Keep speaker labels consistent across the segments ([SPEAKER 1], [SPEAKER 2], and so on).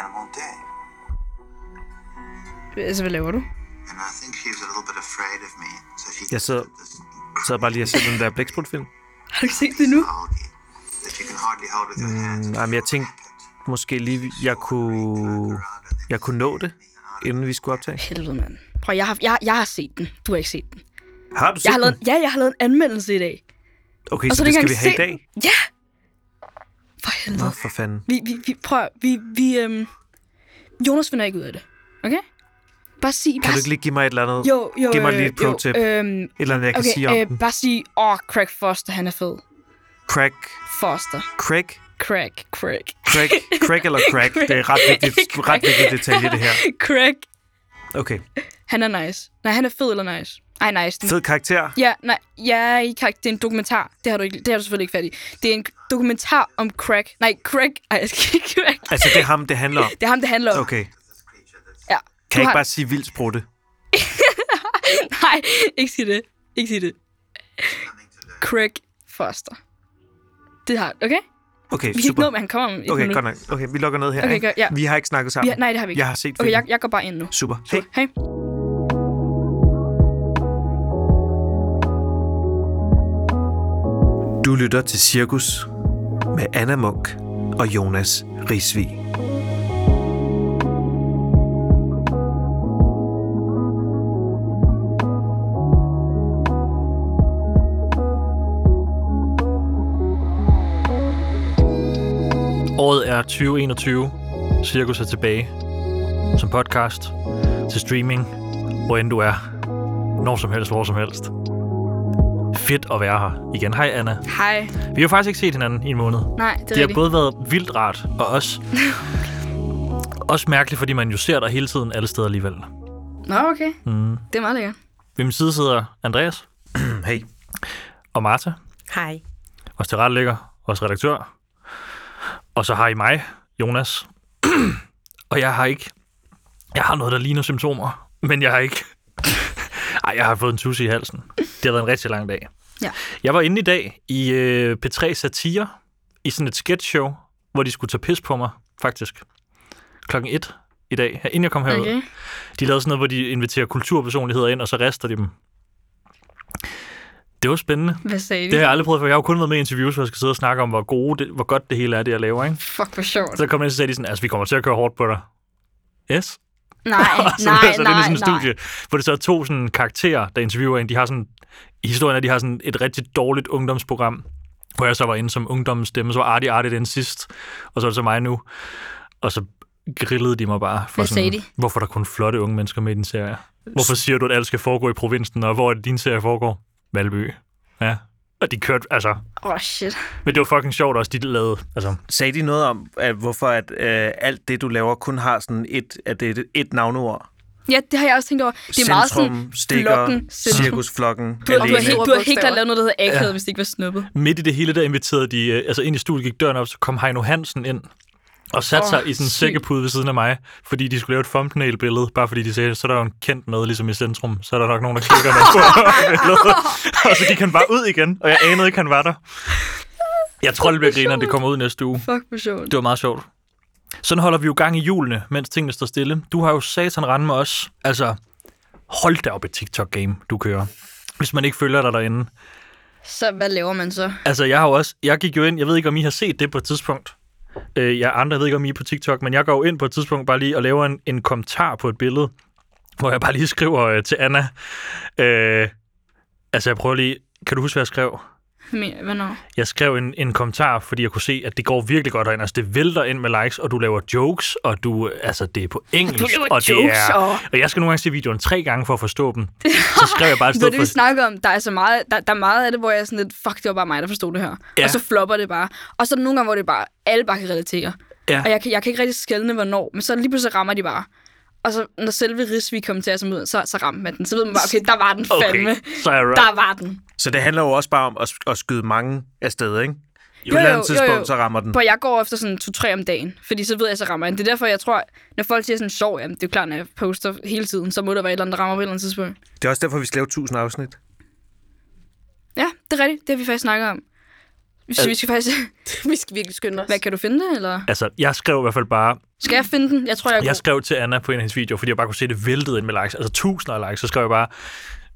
[SPEAKER 1] Animal dead.
[SPEAKER 2] Altså, hvad laver du?
[SPEAKER 1] And I think she was a little bit afraid of me. So she
[SPEAKER 3] Jeg sidder-
[SPEAKER 1] did this
[SPEAKER 3] Så er jeg bare lige at se den der blæksprutfilm.
[SPEAKER 2] Har du ikke set det nu?
[SPEAKER 1] algae that you can hardly hold with your hands.
[SPEAKER 3] Mm, jamen, jeg tænkte måske lige, jeg kunne, jeg kunne nå det, inden vi skulle optage.
[SPEAKER 2] Helvede, mand. Prøv, jeg har, jeg, jeg har set den. Du har ikke set den.
[SPEAKER 3] Har du set
[SPEAKER 2] Jeg har lavet,
[SPEAKER 3] den?
[SPEAKER 2] ja, jeg har lavet en anmeldelse i dag.
[SPEAKER 3] Okay,
[SPEAKER 2] og
[SPEAKER 3] så
[SPEAKER 2] så
[SPEAKER 3] det
[SPEAKER 2] ikke
[SPEAKER 3] skal vi
[SPEAKER 2] engang
[SPEAKER 3] have i
[SPEAKER 2] set
[SPEAKER 3] dag.
[SPEAKER 2] Ja! For
[SPEAKER 3] Nå,
[SPEAKER 2] helvede.
[SPEAKER 3] for fanden.
[SPEAKER 2] Vi, vi, vi, prøv, at- vi, vi, øhm, Jonas finder ikke ud af det. Okay? Bare sig,
[SPEAKER 3] Kan
[SPEAKER 2] bare
[SPEAKER 3] du ikke lige give mig et eller andet?
[SPEAKER 2] sig- Jo, jo,
[SPEAKER 3] Giv mig
[SPEAKER 2] øh,
[SPEAKER 3] lige et
[SPEAKER 2] jo,
[SPEAKER 3] pro-tip.
[SPEAKER 2] Øhm,
[SPEAKER 3] Et eller andet, jeg kan
[SPEAKER 2] okay,
[SPEAKER 3] sige om
[SPEAKER 2] øh,
[SPEAKER 3] den.
[SPEAKER 2] bare sig, åh, oh, Craig Foster, han er fed.
[SPEAKER 3] Craig.
[SPEAKER 2] Foster.
[SPEAKER 3] Craig?
[SPEAKER 2] Craig. Craig.
[SPEAKER 3] Craig? Craig eller Craig? Det er ret vigtigt,
[SPEAKER 2] Craig.
[SPEAKER 3] ret vigtigt detalje, det her.
[SPEAKER 2] Craig.
[SPEAKER 3] Okay.
[SPEAKER 2] Han er nice. Nej, han er fed eller nice? Ej, nice. Den
[SPEAKER 3] Fed karakter.
[SPEAKER 2] Ja, nej, ja, I kan ikke, det er en dokumentar. Det har, du ikke, det har du selvfølgelig ikke fat i. Det er en dokumentar om crack. Nej, crack. Ej, jeg skal ikke crack.
[SPEAKER 3] Altså, det er ham, det handler om.
[SPEAKER 2] Det er ham, det handler om.
[SPEAKER 3] Okay.
[SPEAKER 2] Ja.
[SPEAKER 3] Kan jeg
[SPEAKER 2] du
[SPEAKER 3] ikke
[SPEAKER 2] har-
[SPEAKER 3] bare sige vildt sprutte?
[SPEAKER 2] Nej, ikke sig det. Ikke sig det. Craig Foster. Det har okay?
[SPEAKER 3] Okay,
[SPEAKER 2] Vi kan ikke
[SPEAKER 3] super.
[SPEAKER 2] nå, men han kommer om et
[SPEAKER 3] Okay,
[SPEAKER 2] minut.
[SPEAKER 3] godt nok. Okay, vi lukker ned her.
[SPEAKER 2] Okay,
[SPEAKER 3] ikke?
[SPEAKER 2] godt, ja.
[SPEAKER 3] Vi har ikke snakket sammen.
[SPEAKER 2] Ja, nej, det har vi ikke.
[SPEAKER 3] Jeg har set
[SPEAKER 2] Okay,
[SPEAKER 3] filmen.
[SPEAKER 2] jeg, jeg går bare ind nu.
[SPEAKER 3] Super. Hey.
[SPEAKER 2] Hej.
[SPEAKER 3] Du lytter til Cirkus med Anna Munk og Jonas Risvig.
[SPEAKER 4] Året er 2021. Cirkus er tilbage. Som podcast. Til streaming. Hvor end du er. Når som helst, hvor som helst. Fedt at være her igen. Hej Anna.
[SPEAKER 2] Hej.
[SPEAKER 4] Vi har jo faktisk ikke set hinanden i en måned.
[SPEAKER 2] Nej, det er
[SPEAKER 4] Det har
[SPEAKER 2] rigtigt.
[SPEAKER 4] både været vildt rart, og også, også mærkeligt, fordi man jo ser dig hele tiden alle steder alligevel.
[SPEAKER 2] Nå, okay.
[SPEAKER 4] Mm.
[SPEAKER 2] Det er meget lækkert.
[SPEAKER 4] Ved min side sidder Andreas
[SPEAKER 3] Mm, Hey.
[SPEAKER 4] og Martha,
[SPEAKER 5] Hej.
[SPEAKER 4] vores tilrettelægger, vores redaktør. Og så har I mig, Jonas. og jeg har ikke... Jeg har noget, der ligner symptomer, men jeg har ikke... Ej, jeg har fået en tusse i halsen. Det har været en rigtig lang dag.
[SPEAKER 2] Ja.
[SPEAKER 4] Jeg var inde i dag i øh, P3 Satire, i sådan et sketchshow, hvor de skulle tage pis på mig, faktisk. Klokken 1 i dag, her- inden jeg kom herud.
[SPEAKER 2] Okay.
[SPEAKER 4] De lavede sådan noget, hvor de inviterer kulturpersonligheder ind, og så rester de dem. Det var spændende.
[SPEAKER 2] Hvad sagde
[SPEAKER 4] Det
[SPEAKER 2] de?
[SPEAKER 4] har jeg aldrig prøvet, for jeg har jo kun været med i interviews, hvor jeg skal sidde og snakke om, hvor, gode det, hvor godt det hele er, det jeg laver. Ikke?
[SPEAKER 2] Fuck, hvor sjovt.
[SPEAKER 4] Så kom jeg ind og sagde de sådan, altså vi kommer til at køre hårdt på dig. Yes.
[SPEAKER 2] Nej,
[SPEAKER 4] og så
[SPEAKER 2] nej,
[SPEAKER 4] så er det
[SPEAKER 2] nej,
[SPEAKER 4] sådan et
[SPEAKER 2] nej.
[SPEAKER 4] studie, hvor det så er to sådan, karakterer, der interviewer en. De har sådan, i historien er, de har sådan et rigtig dårligt ungdomsprogram, hvor jeg så var inde som ungdommens stemme, så var Artie Artie den sidst, og så er det så mig nu. Og så grillede de mig bare. For
[SPEAKER 2] Hvad sagde
[SPEAKER 4] sådan,
[SPEAKER 2] de?
[SPEAKER 4] Hvorfor er der kun flotte unge mennesker med i din serie? Hvorfor siger du, at alt skal foregå i provinsen, og hvor er det, din serie foregår? Valby. Ja. Og de kørte, altså,
[SPEAKER 2] Åh, oh, shit.
[SPEAKER 4] men det var fucking sjovt også, de lavede. Altså,
[SPEAKER 3] Sagde de noget om, at hvorfor at, øh, alt det, du laver, kun har sådan et, at det er et- et navneord?
[SPEAKER 2] Ja, det har jeg også tænkt over. Det er meget sådan... flokken,
[SPEAKER 3] stikker,
[SPEAKER 2] centrum.
[SPEAKER 3] cirkusflokken,
[SPEAKER 2] Du, har- du, har,
[SPEAKER 3] alene.
[SPEAKER 2] helt-
[SPEAKER 5] Store
[SPEAKER 2] du har helt klart
[SPEAKER 5] bogstaver.
[SPEAKER 2] lavet noget, der hedder akavet, ja. hvis det ikke var snuppet.
[SPEAKER 4] midt i det hele, der inviterede de, øh, altså ind i studiet gik døren op, så kom Heino Hansen ind og satte oh,
[SPEAKER 2] Åh,
[SPEAKER 4] sig i sådan en
[SPEAKER 2] sygt.
[SPEAKER 4] sækkepude ved siden af mig, fordi de skulle lave et thumbnail-billede, bare fordi de sagde, så er der jo en kendt med, ligesom i centrum, så er der nok nogen, der klikker noget på billedet. Og så gik han bare ud igen, og jeg anede ikke, han var der. Jeg tror, det bliver griner, det kommer ud næste uge.
[SPEAKER 2] Fuck, hvor sjovt.
[SPEAKER 4] Det var meget sjovt. Sådan holder vi jo gang i julene, mens tingene står stille. Du har jo satan rende med os. Altså, hold da op et TikTok-game, du kører. Hvis man ikke følger dig derinde.
[SPEAKER 2] Så hvad laver man så?
[SPEAKER 4] Altså, jeg har jo også... Jeg gik jo ind... Jeg ved ikke, om I har set det på et tidspunkt. Øh, jeg andre ved ikke, om I er på TikTok, men jeg går jo ind på et tidspunkt bare lige og laver en, en kommentar på et billede, hvor jeg bare lige skriver øh, til Anna. Øh, altså, jeg prøver lige... Kan du huske, hvad jeg skrev?
[SPEAKER 2] Men- Hvornår?
[SPEAKER 4] Jeg skrev en, en kommentar, fordi jeg kunne se, at det går virkelig godt derinde. Altså, det vælter ind med likes, og du laver jokes, og du... øh, Altså, det er på engelsk,
[SPEAKER 2] Du laver
[SPEAKER 4] og det
[SPEAKER 2] jokes,
[SPEAKER 4] er...
[SPEAKER 2] og-
[SPEAKER 4] Og jeg skal nogle gange se videoen tre gange for at forstå dem. Så skrev jeg bare et
[SPEAKER 2] Altså, Det var
[SPEAKER 4] sted
[SPEAKER 2] det, vi
[SPEAKER 4] for...
[SPEAKER 2] snakkede om. Der er, så meget, der, der er meget af det, hvor jeg er sådan lidt, fuck, det var bare mig, der forstod det her.
[SPEAKER 4] Ja.
[SPEAKER 2] Ja. Og så flopper det bare. Og så er der nogle gange, hvor det bare, alle bare kan relatere.
[SPEAKER 4] Ja.
[SPEAKER 2] Og jeg kan, jeg kan ikke rigtig skelne, hvornår, men så lige pludselig rammer de bare. Og så når selve Rigsvig kom til at ud, så, så ramte man den. Så ved man bare, okay, der var den fandme.
[SPEAKER 4] Okay,
[SPEAKER 2] Okay.
[SPEAKER 4] så er jeg right.
[SPEAKER 2] Der var den.
[SPEAKER 3] Så det handler jo også bare om at, at skyde mange afsted, ikke?
[SPEAKER 2] Jo,
[SPEAKER 3] på et eller
[SPEAKER 2] jo,
[SPEAKER 3] andet
[SPEAKER 2] jo,
[SPEAKER 3] tidspunkt,
[SPEAKER 2] jo.
[SPEAKER 3] så rammer den.
[SPEAKER 2] Hvor jeg går efter sådan 2-3 om dagen, fordi så ved jeg, så rammer jeg den. Det er derfor, jeg tror, når folk siger sådan, sjov, jamen det er jo klart, når jeg poster hele tiden, så må der være et eller andet, der rammer på et eller andet tidspunkt.
[SPEAKER 3] Det er også derfor, vi skal lave 1000 afsnit.
[SPEAKER 2] Ja, det er rigtigt. Det har vi faktisk snakket om. Så vi skal faktisk...
[SPEAKER 5] Vi skal virkelig skynde os.
[SPEAKER 2] Hvad, kan du finde det, eller?
[SPEAKER 4] Altså, jeg skrev i hvert fald bare,
[SPEAKER 2] Skal jeg finde den? Jeg tror, jeg er
[SPEAKER 4] Jeg
[SPEAKER 2] god.
[SPEAKER 4] skrev til Anna på en af hendes videoer, fordi jeg bare kunne se, at det væltede ind med likes. Altså tusinder af likes. Så skrev jeg bare,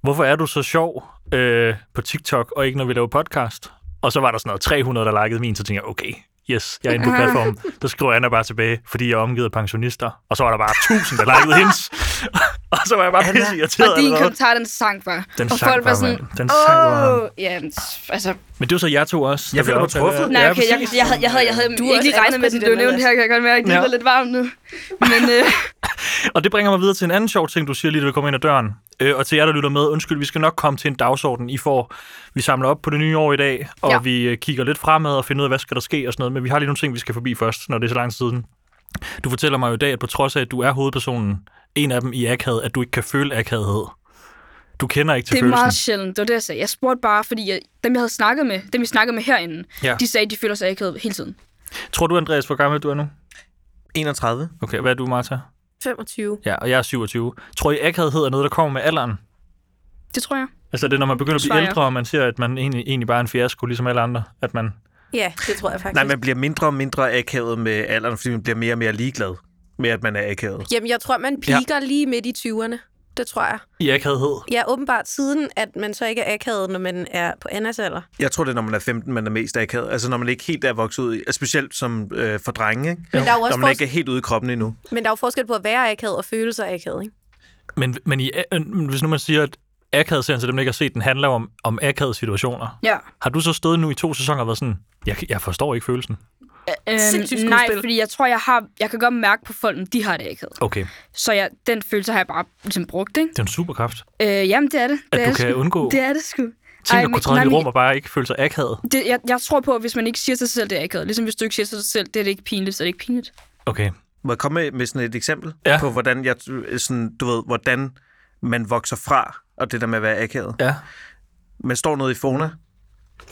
[SPEAKER 4] hvorfor er du så sjov øh, på TikTok, og ikke når vi laver podcast? Og så var der sådan noget 300, der likede min, så tænkte jeg, okay, yes, jeg er inde på platformen. Der skrev Anna bare tilbage, fordi jeg er omgivet af pensionister. Og så var der bare 1000, der likede hendes. og så var jeg bare pisse irriteret.
[SPEAKER 2] Og din
[SPEAKER 4] allerede.
[SPEAKER 2] kommentar, den sang bare.
[SPEAKER 4] Den
[SPEAKER 2] og
[SPEAKER 4] sang
[SPEAKER 2] folk var
[SPEAKER 4] bare,
[SPEAKER 2] sådan,
[SPEAKER 4] mand. Den sang bare.
[SPEAKER 2] Åh, ja, men, altså...
[SPEAKER 4] Men det var så jeg to også. der
[SPEAKER 3] Jeg føler
[SPEAKER 4] blev
[SPEAKER 3] mig
[SPEAKER 4] optaget af-
[SPEAKER 3] truffet.
[SPEAKER 2] Nej,
[SPEAKER 4] Ja,
[SPEAKER 2] okay, jeg,
[SPEAKER 4] præcis.
[SPEAKER 2] jeg, havde, jeg havde, jeg havde
[SPEAKER 5] Du er
[SPEAKER 2] ikke
[SPEAKER 5] også
[SPEAKER 2] lige regnet med, at den blev
[SPEAKER 5] ærespræsident,
[SPEAKER 2] nævnt her, kan jeg godt mærke. Det
[SPEAKER 4] Ja.
[SPEAKER 2] er lidt varmt nu. Men øh,
[SPEAKER 4] Og det bringer mig videre til en anden sjov ting, du siger lige, da du kommer ind ad døren. Øh, og til jer, der lytter med, undskyld, vi skal nok komme til en dagsorden, I får. Vi samler op på det nye år i dag, og
[SPEAKER 2] Ja.
[SPEAKER 4] ja. vi øh, kigger lidt fremad og finder ud af, hvad skal der ske og sådan noget. Men vi har lige nogle ting, vi skal forbi først, når det er så lang tid siden. Du fortæller mig jo i dag, at på trods af, at du er hovedpersonen, en af dem i akad, at du ikke kan føle akadhed. Du kender ikke til
[SPEAKER 2] det er
[SPEAKER 4] følelsen.
[SPEAKER 2] meget sjældent. Det var det, jeg sagde. Jeg spurgte bare, fordi jeg, dem, jeg havde snakket med, dem, vi snakkede med herinde,
[SPEAKER 4] Ja.
[SPEAKER 2] de sagde, at de føler sig akavet hele tiden.
[SPEAKER 4] Tror du, Andreas, hvor gammel du er nu?
[SPEAKER 3] 31.
[SPEAKER 4] Okay, hvad er du, Martha?
[SPEAKER 5] 25.
[SPEAKER 4] Ja, og jeg er 27. Tror I, akadhed er noget, der kommer med alderen?
[SPEAKER 2] Det tror jeg.
[SPEAKER 4] Altså det er, når man begynder at
[SPEAKER 2] Tror
[SPEAKER 4] blive
[SPEAKER 2] jeg.
[SPEAKER 4] ældre, og man ser, at man egentlig, egentlig bare er en fiasko, ligesom alle andre. At man,
[SPEAKER 5] Ja, det tror jeg faktisk.
[SPEAKER 3] Nej, man bliver mindre og mindre akavet med alderen, fordi man bliver mere og mere ligeglad med, at man er akavet.
[SPEAKER 5] Jamen, jeg tror, man piker ja. lige midt i 20'erne. Det tror jeg.
[SPEAKER 4] I akavhed.
[SPEAKER 5] Ja, åbenbart siden, at man så ikke er akavet, når man er på Annas alder.
[SPEAKER 3] Jeg tror, det er, når man er 15, man er mest akavet. Altså, når man ikke helt er vokset ud, i- altså, specielt som øh, for drenge, ikke?
[SPEAKER 5] Men der, er jo
[SPEAKER 3] Når
[SPEAKER 5] også
[SPEAKER 3] man ikke
[SPEAKER 5] fors-
[SPEAKER 3] er helt ude i kroppen endnu.
[SPEAKER 5] men der er jo forskel på at være akavet og føle sig akavet, ikke?
[SPEAKER 4] Men, men i, øh, hvis nu man siger, at akavet-serien, til dem, der ikke har set den, handler jo om, om akavede situationer.
[SPEAKER 2] Ja.
[SPEAKER 4] Har du så stået nu i to sæsoner og været sådan, jeg, jeg forstår ikke følelsen?
[SPEAKER 5] Sindssygt
[SPEAKER 2] Øhm, nej,
[SPEAKER 5] skuespil.
[SPEAKER 2] fordi jeg tror, jeg har... Jeg kan godt mærke på folk, de har det akavet.
[SPEAKER 4] Okay,
[SPEAKER 2] Så jeg, den følelse har jeg bare ligesom brugt, ikke?
[SPEAKER 4] det er en superkraft.
[SPEAKER 2] Øh, jamen, det er det.
[SPEAKER 4] At
[SPEAKER 2] det er
[SPEAKER 4] du
[SPEAKER 2] det
[SPEAKER 4] kan
[SPEAKER 2] sgu.
[SPEAKER 4] undgå
[SPEAKER 2] Det er det sgu.
[SPEAKER 4] ting,
[SPEAKER 2] Ej,
[SPEAKER 4] der
[SPEAKER 2] men-
[SPEAKER 4] kunne træde
[SPEAKER 2] nej,
[SPEAKER 4] ind i
[SPEAKER 2] men-
[SPEAKER 4] rum og bare ikke føle sig akavet.
[SPEAKER 2] Det, jeg, jeg tror på, at hvis man ikke siger til sig selv, det er akavet. Ligesom hvis du ikke siger til dig selv, det er det ikke pinligt, så er det ikke pinligt.
[SPEAKER 4] Okay.
[SPEAKER 3] Må jeg komme med- med sådan et eksempel
[SPEAKER 4] Ja.
[SPEAKER 3] på, hvordan, jeg, øh, sådan, du ved, hvordan man vokser fra, og det der med at være akavet.
[SPEAKER 4] Ja.
[SPEAKER 3] Man står nede i Fona.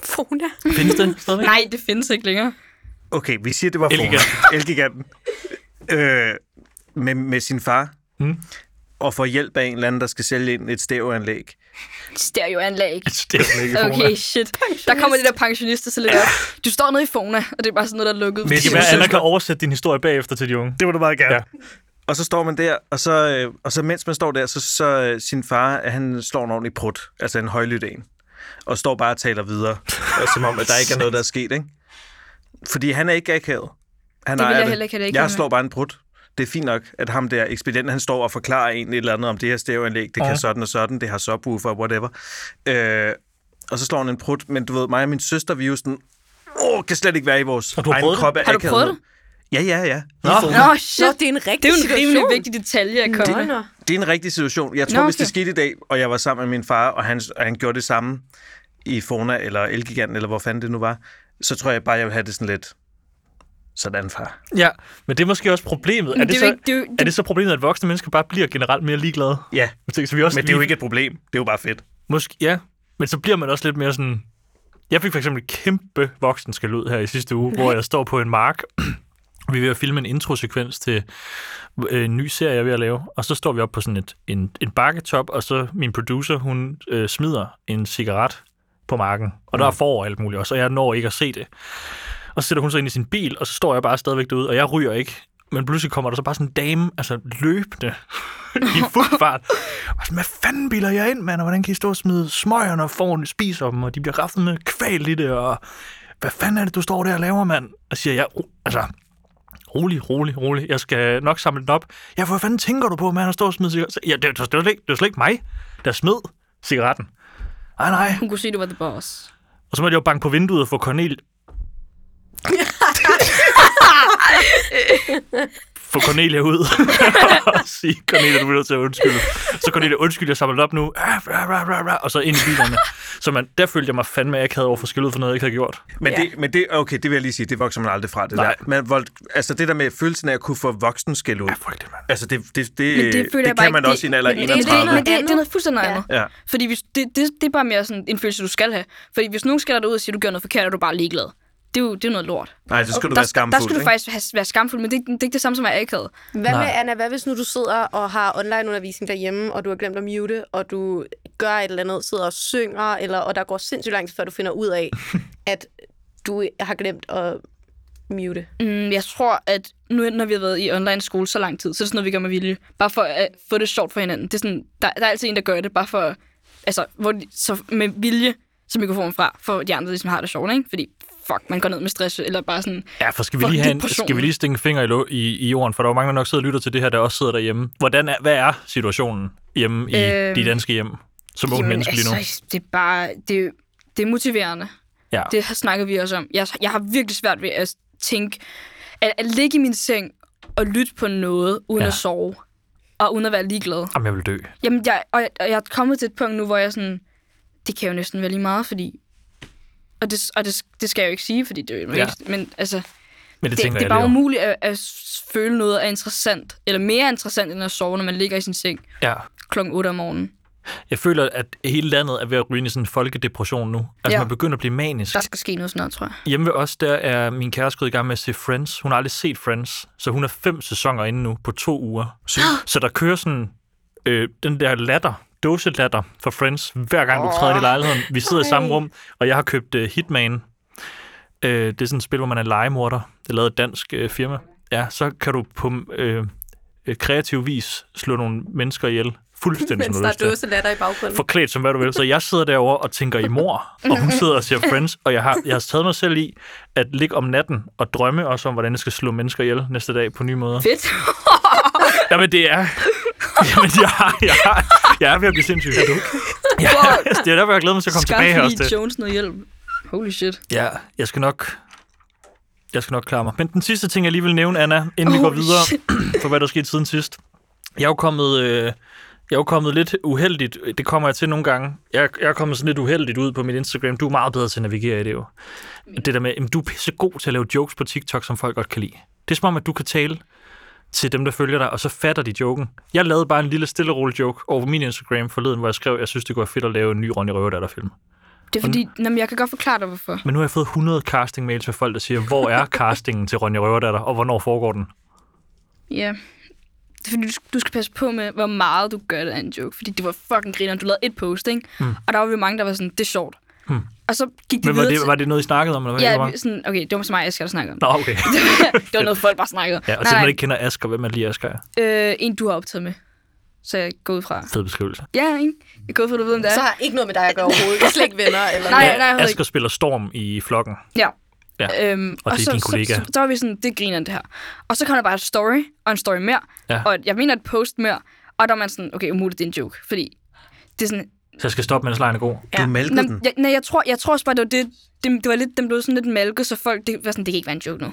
[SPEAKER 5] Fona.
[SPEAKER 4] Findes det stadigvæk?
[SPEAKER 2] Nej, det findes ikke længere.
[SPEAKER 3] Okay, vi siger, det var Fona.
[SPEAKER 4] Elgiganten.
[SPEAKER 3] Elgiganten. øh, med, med sin far.
[SPEAKER 4] Mm.
[SPEAKER 3] Og får hjælp af en eller anden, der skal sælge ind et stereoanlæg.
[SPEAKER 2] Stereoanlæg.
[SPEAKER 4] Altså, Det er ikke Fona.
[SPEAKER 2] Okay, shit. Der kommer de der pensionister så lidt op. Du står nede i Fona, og det er bare sådan noget, der er lukket.
[SPEAKER 3] Men
[SPEAKER 4] Det kan være, at Anna kan oversætte din historie bagefter til de unge.
[SPEAKER 3] Det var du meget gerne.
[SPEAKER 4] Ja.
[SPEAKER 3] Ja. Og så står man der, og så, øh, og så mens man står der, så, så øh, sin far, øh, han slår en ordentlig prut, altså en højlydt en, og står bare og taler videre, og som om, at der ikke er noget, der er sket, ikke? Fordi han er ikke akavet. Han
[SPEAKER 2] Det vil
[SPEAKER 3] ejer
[SPEAKER 2] jeg heller ikke have det ikke
[SPEAKER 3] Jeg
[SPEAKER 2] med.
[SPEAKER 3] slår bare en prut. Det er fint nok, at ham der ekspedienten, han står og forklarer en et eller andet om det her stereoanlæg, det ja.
[SPEAKER 4] Ja.
[SPEAKER 3] kan sådan og sådan, det har subwoofer, whatever. Øh, og så slår han en prut, men du ved, mig og min søster, vi er jo sådan, åh, kan slet ikke være i vores
[SPEAKER 4] Og du har prøvet
[SPEAKER 3] egen
[SPEAKER 4] det?
[SPEAKER 3] krop af
[SPEAKER 2] Har du
[SPEAKER 3] akavhed."
[SPEAKER 2] prøvet det?
[SPEAKER 3] Ja, ja, ja.
[SPEAKER 4] Nå.
[SPEAKER 2] Nå,
[SPEAKER 5] Nå,
[SPEAKER 2] shit.
[SPEAKER 5] det er en
[SPEAKER 2] Det
[SPEAKER 5] rigtig
[SPEAKER 2] er jo en rimelig
[SPEAKER 5] situation.
[SPEAKER 2] vigtig detalje at komme med.
[SPEAKER 5] Nå, nå.
[SPEAKER 3] Det er en rigtig situation. Jeg tror,
[SPEAKER 2] Nå,
[SPEAKER 3] Nå,
[SPEAKER 2] okay.
[SPEAKER 3] okay. hvis det skete i dag, og jeg var sammen med min far, og han, og han gjorde det samme i Fona eller Elgiganten, eller hvor fanden det nu var, så tror jeg bare, jeg ville have det sådan lidt. Sådan, far.
[SPEAKER 4] Ja, men det er måske også problemet. Er
[SPEAKER 2] Men det
[SPEAKER 4] det,
[SPEAKER 2] er
[SPEAKER 4] så,
[SPEAKER 2] jo ikke- det er jo-
[SPEAKER 4] er det så problemet, at voksne mennesker bare bliver generelt mere ligeglade?
[SPEAKER 3] Ja,
[SPEAKER 4] Jeg tænker, Så vi også,
[SPEAKER 3] men det er jo
[SPEAKER 4] vi-
[SPEAKER 3] ikke et problem. Det er jo bare fedt.
[SPEAKER 4] Måske, ja. Men så bliver man også lidt mere sådan... Jeg fik for eksempel et kæmpe voksenskæld ud her i sidste uge, hvor jeg står på en mark. Vi er ved at filme en introsekvens til øh, en ny serie, jeg er ved at lave. Og så står vi op på sådan et, en, en bakketop, og så min producer, hun øh, smider en cigaret på marken. Og der er forår og alt muligt også, og jeg når ikke at se det. Og så sætter hun sig ind i sin bil, og så står jeg bare stadigvæk derude, og jeg ryger ikke. Men pludselig kommer der så bare sådan en dame, altså løbende i fuld fart. Og sådan, hvad fanden biler jeg ind, mand? Og hvordan kan I stå og smide smøger, når forne spiser dem, og de bliver raffet med kval i det, og hvad fanden er det, du står der og laver, mand? Og siger jeg, "Ro- altså, rolig, rolig, rolig. Jeg skal nok samle den op. Ja, for hvad fanden tænker du på, mand, at stå og smide cigaretten? Ja, det, det, var slet ikke, det var slet ikke mig, der smed cigaretten. Nej, nej.
[SPEAKER 2] Hun kunne se, du var the boss.
[SPEAKER 4] Og så måtte jeg jo banke på vinduet og få Cornel... få Cornelia ud og sige, Cornelia, du bliver nødt til at undskylde. Så Cornelia, undskyld, jeg samler det op nu. Og så ind i bilerne. Så man, der følte jeg mig fandme akavet over for skyldet for noget, jeg ikke havde gjort.
[SPEAKER 3] Men,
[SPEAKER 5] Ja.
[SPEAKER 3] ja. det, men det, okay, det vil jeg lige sige, det vokser man aldrig fra, det
[SPEAKER 4] Nej.
[SPEAKER 3] der. Man, vold- altså det der med følelsen af at kunne få voksen skæld ud.
[SPEAKER 4] Frygtelig, mand.
[SPEAKER 3] Altså det, det, det,
[SPEAKER 4] Øh,
[SPEAKER 2] Men det
[SPEAKER 3] det,
[SPEAKER 2] føler jeg
[SPEAKER 3] det
[SPEAKER 2] bare
[SPEAKER 3] kan man
[SPEAKER 2] ikke,
[SPEAKER 3] også i en alder af
[SPEAKER 2] men det- Det,
[SPEAKER 3] 31.
[SPEAKER 2] men det, det er noget fuldstændig
[SPEAKER 5] Ja.
[SPEAKER 2] andet.
[SPEAKER 3] Ja.
[SPEAKER 2] Fordi hvis, det, det, det, er bare mere sådan en følelse, du skal have. Fordi hvis nogen skælder dig ud og siger, du gør noget forkert, og du er bare ligeglad. Det er jo det er noget lort.
[SPEAKER 3] Nej, så skal du
[SPEAKER 2] der,
[SPEAKER 3] være skamfuld.
[SPEAKER 2] der skal du
[SPEAKER 3] ikke?
[SPEAKER 2] faktisk have, være skamfuld, men det, er ikke- det er ikke det samme som at være akavet.
[SPEAKER 5] Hvad
[SPEAKER 4] Nej.
[SPEAKER 5] med, Anna, hvad hvis nu du sidder og har onlineundervisning derhjemme, og du har glemt at mute, og du gør et eller andet, sidder og synger, eller, og der går sindssygt langt, før du finder ud af, at du har glemt at mute?
[SPEAKER 2] Mm, jeg tror, at nu når vi har været i online skole så lang tid, så er det sådan noget, vi gør med vilje. Bare for at få det sjovt for hinanden. Det er sådan, der, der er altid en, der gør det, bare for... Altså, hvor de, så med vilje, så mikrofonen fra, for de andre ligesom har det sjovt, ikke? Fordi, fuck, man går ned med stress, eller bare sådan...
[SPEAKER 4] Ja, for skal vi,
[SPEAKER 2] For
[SPEAKER 4] lige have en,
[SPEAKER 2] depression.
[SPEAKER 4] skal vi lige stikke en finger i, lo- i, i jorden, for der er jo mange, der nok sidder og lytter til det her, der også sidder derhjemme. Hvordan er, hvad er situationen hjemme i
[SPEAKER 2] Øhm,
[SPEAKER 4] de danske hjem, som ung menneske lige nu?
[SPEAKER 2] altså, det er bare... Det, det er motiverende.
[SPEAKER 4] Ja.
[SPEAKER 2] Det har snakket vi også om. Jeg, jeg har virkelig svært ved at tænke... At, at ligge i min seng og lytte på noget, uden
[SPEAKER 4] Ja.
[SPEAKER 2] ja. at sove. Og uden at være ligeglad.
[SPEAKER 4] Jamen, jeg vil dø.
[SPEAKER 2] Jamen, jeg, og, jeg, og jeg er kommet til et punkt nu, hvor jeg sådan... Det kan jo næsten være lige meget, fordi... Og det, og det, det skal jeg jo ikke sige, fordi det er jo
[SPEAKER 4] Ja.
[SPEAKER 2] ja. Men altså, det,
[SPEAKER 4] Men det,
[SPEAKER 2] det,
[SPEAKER 4] tænker
[SPEAKER 2] det er
[SPEAKER 4] jeg
[SPEAKER 2] bare
[SPEAKER 4] jo.
[SPEAKER 2] umuligt at, at s- føle noget er interessant. Eller mere interessant, end at sove, når man ligger i sin seng
[SPEAKER 4] Ja.
[SPEAKER 2] klokken 8 om morgenen.
[SPEAKER 4] Jeg føler, at hele landet er ved at ryge ind i sådan en folkedepression nu. Altså, ja.
[SPEAKER 2] Ja.
[SPEAKER 4] man begynder at blive manisk.
[SPEAKER 2] Der skal ske noget sådan noget, tror jeg.
[SPEAKER 4] Hjemme ved os, der er min kæreste gået i gang med at se Friends. Hun har aldrig set Friends, så hun er fem sæsoner inde nu på to uger. Så, så der kører sådan øh, den der latter, dåselatter for Friends, hver gang du træder ind i lejligheden. Vi sidder i samme rum, og jeg har købt øh, Hitman. Øh, det er sådan et spil, hvor man er legemorder. Det er lavet af et dansk øh, firma. Ja, så kan du på øh, øh, kreativ vis slå nogle mennesker ihjel. Fuldstændig,
[SPEAKER 5] Mens
[SPEAKER 4] som
[SPEAKER 5] der
[SPEAKER 4] du
[SPEAKER 5] er
[SPEAKER 4] lyst til
[SPEAKER 5] dåselatter i baggrunden.
[SPEAKER 4] forklædt som hvad du vil. Så jeg sidder derovre og tænker i mor, og hun sidder og ser Friends, og jeg har, jeg har taget mig selv i at ligge om natten og drømme også om, hvordan jeg skal slå mennesker ihjel næste dag på nye måder.
[SPEAKER 2] Fedt.
[SPEAKER 4] Jamen det er... Jamen jeg, har, jeg, har, jeg er ved at blive sindssyg. Er du ja, det er derfor, jeg glæder mig til at komme tilbage her
[SPEAKER 2] Skaffe
[SPEAKER 4] også
[SPEAKER 2] lige
[SPEAKER 4] til.
[SPEAKER 2] Jones noget hjælp. Holy shit.
[SPEAKER 4] Ja, jeg skal nok... Jeg skal nok klare mig. Men den sidste ting, jeg lige vil nævne, Anna, inden oh, vi går
[SPEAKER 2] Holy
[SPEAKER 4] videre
[SPEAKER 2] shit.
[SPEAKER 4] for, hvad der skete siden sidst. Jeg er jo kommet, øh, jeg er jo kommet lidt uheldigt. Det kommer jeg til nogle gange. Jeg, jeg er kommet sådan lidt uheldigt ud på mit Instagram. Du er meget bedre til at navigere i det jo. Det der med, jamen, du er pissegod til at lave jokes på TikTok, som folk godt kan lide. Det er som om, at du kan tale til dem, der følger dig, og så fatter de joken. Jeg lavede bare en lille stille og rolig joke over på min Instagram forleden, hvor jeg skrev, at jeg synes, det kunne være fedt at lave en ny Ronny Røverdatter-film.
[SPEAKER 2] Det er fordi, jamen, jeg kan godt forklare dig, hvorfor.
[SPEAKER 4] Men nu har jeg fået 100 casting mails fra folk, der siger, hvor er castingen til Ronny Røverdatter, og hvornår foregår den?
[SPEAKER 2] Ja. Det er fordi, du sk- du skal passe på med, hvor meget du gør det af en joke. Fordi det var fucking grineren. Du lavede et post, ikke? Mm. Og der var jo mange, der var sådan, det er sjovt.
[SPEAKER 4] Mm.
[SPEAKER 2] Og så gik de
[SPEAKER 4] Men var
[SPEAKER 2] videre
[SPEAKER 4] det,
[SPEAKER 2] til...
[SPEAKER 4] var det noget, I snakkede om? Eller hvad? Eller
[SPEAKER 2] Ja,
[SPEAKER 4] hvad?
[SPEAKER 2] vi- sådan, okay, det var så mig, jeg skal snakke om.
[SPEAKER 4] Nå, okay.
[SPEAKER 2] det var noget, folk bare snakkede.
[SPEAKER 4] Ja, og til man ikke kender Asger, hvem er lige Asger er.
[SPEAKER 2] Øh, en, du har optaget med. Så jeg går ud fra.
[SPEAKER 4] Fed beskrivelse.
[SPEAKER 2] Ja, ikke? Jeg går ud fra, du ved, om det er.
[SPEAKER 5] Så har ikke noget med dig at gøre overhovedet. Vi er slet ikke venner. Eller
[SPEAKER 2] Nej,
[SPEAKER 4] Ja,
[SPEAKER 2] nej, jeg ved
[SPEAKER 4] Asger spiller Storm i flokken.
[SPEAKER 2] Ja.
[SPEAKER 4] Ja.
[SPEAKER 2] Øhm, og,
[SPEAKER 4] det er
[SPEAKER 2] så,
[SPEAKER 4] din kollega.
[SPEAKER 2] Så, så, så var vi sådan, det griner det her. Og så kom der bare et story, og en story mere.
[SPEAKER 4] Ja.
[SPEAKER 2] Og jeg mener et post mere. Og der var man sådan, okay, umuligt, det er en joke. Fordi det er sådan...
[SPEAKER 4] Så jeg skal stoppe, mens lejen er god.
[SPEAKER 3] Du malkede
[SPEAKER 2] Nej,
[SPEAKER 3] den.
[SPEAKER 2] jeg, nej, jeg, tror, jeg tror også bare, det var det, det, det var lidt, dem blev sådan lidt malket, så folk, det var sådan, det kan ikke være en joke nu.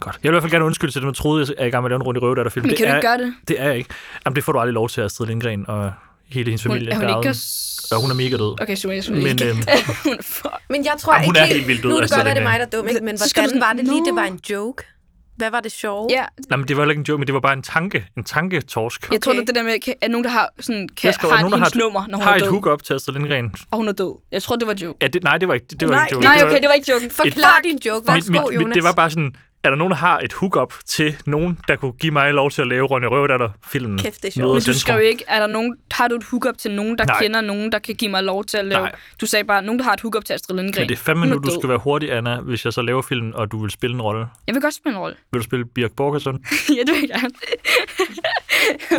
[SPEAKER 4] Godt. Jeg vil i hvert fald gerne undskylde til dem, der troede, jeg er i gang med at lave en runde i røvet, der film.
[SPEAKER 2] Men
[SPEAKER 4] det
[SPEAKER 2] kan
[SPEAKER 4] er,
[SPEAKER 2] du ikke gøre det?
[SPEAKER 4] Det er jeg ikke. Jamen, det får du aldrig lov til, Astrid Lindgren og hele hendes
[SPEAKER 2] Hun,
[SPEAKER 4] familie.
[SPEAKER 2] er hun
[SPEAKER 4] der
[SPEAKER 2] ikke...
[SPEAKER 4] arvede den. Ja, hun er mega død.
[SPEAKER 2] Okay, super, jeg synes
[SPEAKER 4] Men
[SPEAKER 2] ikke.
[SPEAKER 4] øhm,
[SPEAKER 2] hun er fuck.
[SPEAKER 5] Men jeg tror
[SPEAKER 4] Jamen, hun
[SPEAKER 5] ikke
[SPEAKER 4] er helt vildt død,
[SPEAKER 5] Nu kan det
[SPEAKER 4] altså,
[SPEAKER 5] godt være, det er
[SPEAKER 4] den
[SPEAKER 5] mig, der er dum, ikke? Men
[SPEAKER 2] Så skal du
[SPEAKER 5] hvordan
[SPEAKER 2] sådan,
[SPEAKER 5] var det lige,
[SPEAKER 2] "Nå."
[SPEAKER 5] det var en joke? Hvad var det sjove?
[SPEAKER 2] Ja,
[SPEAKER 4] nej, men det var heller ikke en joke, men det var bare en tanke. En tanketorsk.
[SPEAKER 2] jeg tror,
[SPEAKER 5] Okay.
[SPEAKER 2] det er det der med, kan- at nogen, der har, sådan, kan,
[SPEAKER 4] Jeg skriver,
[SPEAKER 2] har
[SPEAKER 4] at
[SPEAKER 2] et
[SPEAKER 4] nogen, der
[SPEAKER 2] hendes
[SPEAKER 4] har et-
[SPEAKER 2] nummer, når hun
[SPEAKER 4] Har
[SPEAKER 2] er
[SPEAKER 4] et
[SPEAKER 2] død,
[SPEAKER 4] hook op til Astrid Lindgren.
[SPEAKER 2] og hun er død. Jeg tror, det var joke.
[SPEAKER 4] Ja, det, nej, det var ikke, det var
[SPEAKER 5] Nej,
[SPEAKER 4] ikke joke.
[SPEAKER 2] Nej,
[SPEAKER 4] Det var-
[SPEAKER 2] okay, det var ikke joken. Fuck,
[SPEAKER 5] Forklar din joke.
[SPEAKER 4] mit,
[SPEAKER 5] Værsgo,
[SPEAKER 4] mit, mit,
[SPEAKER 5] Jonas.
[SPEAKER 4] det var bare sådan, er der nogen, der har et hook-up til nogen, der kunne give mig lov til at lave Ronny Røvdatter-filmen?
[SPEAKER 5] Kæft, det er sjovt.
[SPEAKER 4] Møder
[SPEAKER 2] Men du
[SPEAKER 4] Centrum?
[SPEAKER 2] skrev jo ikke, er der nogen, har du et hookup til nogen, der
[SPEAKER 4] Nej.
[SPEAKER 2] Nej. kender nogen, der kan give mig lov til at lave?
[SPEAKER 4] Nej.
[SPEAKER 2] Nej. Du sagde bare, nogen, der har et hookup til Astrid Lindgren.
[SPEAKER 4] Men det er fandme
[SPEAKER 2] Hun
[SPEAKER 4] nu, du
[SPEAKER 2] død.
[SPEAKER 4] skal være hurtig, Anna, hvis jeg så laver filmen, og du vil spille en rolle.
[SPEAKER 2] Jeg vil godt spille en rolle.
[SPEAKER 4] Vil du spille Birk Borgerson?
[SPEAKER 2] ja, det vil jeg gerne.